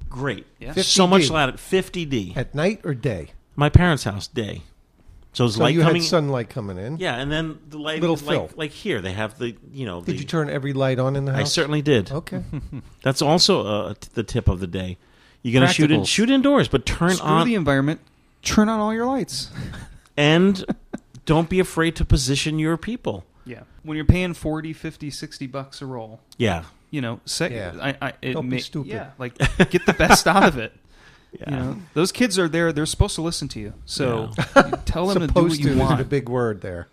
S1: Great.
S4: Yeah.
S1: So much
S3: 50D.
S1: light. 50D.
S3: At night or day?
S1: my parents' house day. So it's
S3: So
S1: light
S3: you
S1: coming.
S3: had sunlight coming in.
S1: yeah, and then the light
S3: Little
S1: like,
S3: fill.
S1: like here they have the you know.
S3: Did
S1: the-
S3: you turn every light on in the house? Oh.
S1: I certainly did.
S3: Okay.
S1: That's also uh, t- the tip of the day. You're gonna shoot in,
S2: Practicals.
S1: shoot indoors, but turn
S4: Screw
S1: on
S4: the environment. Turn on all your lights.
S1: and don't be afraid to position your people.
S4: Yeah. When you're paying 40, 50, 60 bucks a roll,
S1: Yeah,
S4: you know, say,
S3: Yeah.
S4: I, I, it
S3: Don't be
S4: may-
S3: stupid.
S4: Yeah, like get the best out of it.
S1: yeah.
S4: You know, those kids are there. They're supposed to listen to you. So you tell them to do what
S3: Supposed
S4: you
S3: to is a
S4: want.
S3: big word there.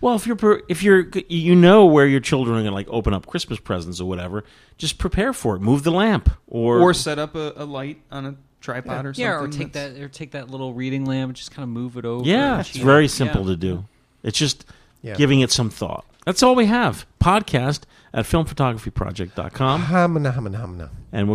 S1: Well, if you're per- if you're you know where your children are going to like open up Christmas presents or whatever, just prepare for it. Move the lamp or,
S4: or set up a, a light on a tripod or something.
S2: Yeah, or take
S4: that's-
S2: that or take that little reading lamp, and just kind of move it over.
S1: yeah,
S2: and
S1: it's
S2: cheat.
S1: very simple
S2: Yeah.
S1: to do. It's just
S3: Yeah.
S1: giving it some thought. That's all we have. Podcast at filmphotographyproject.com
S3: Hamna, hamna, hamna.
S1: and we're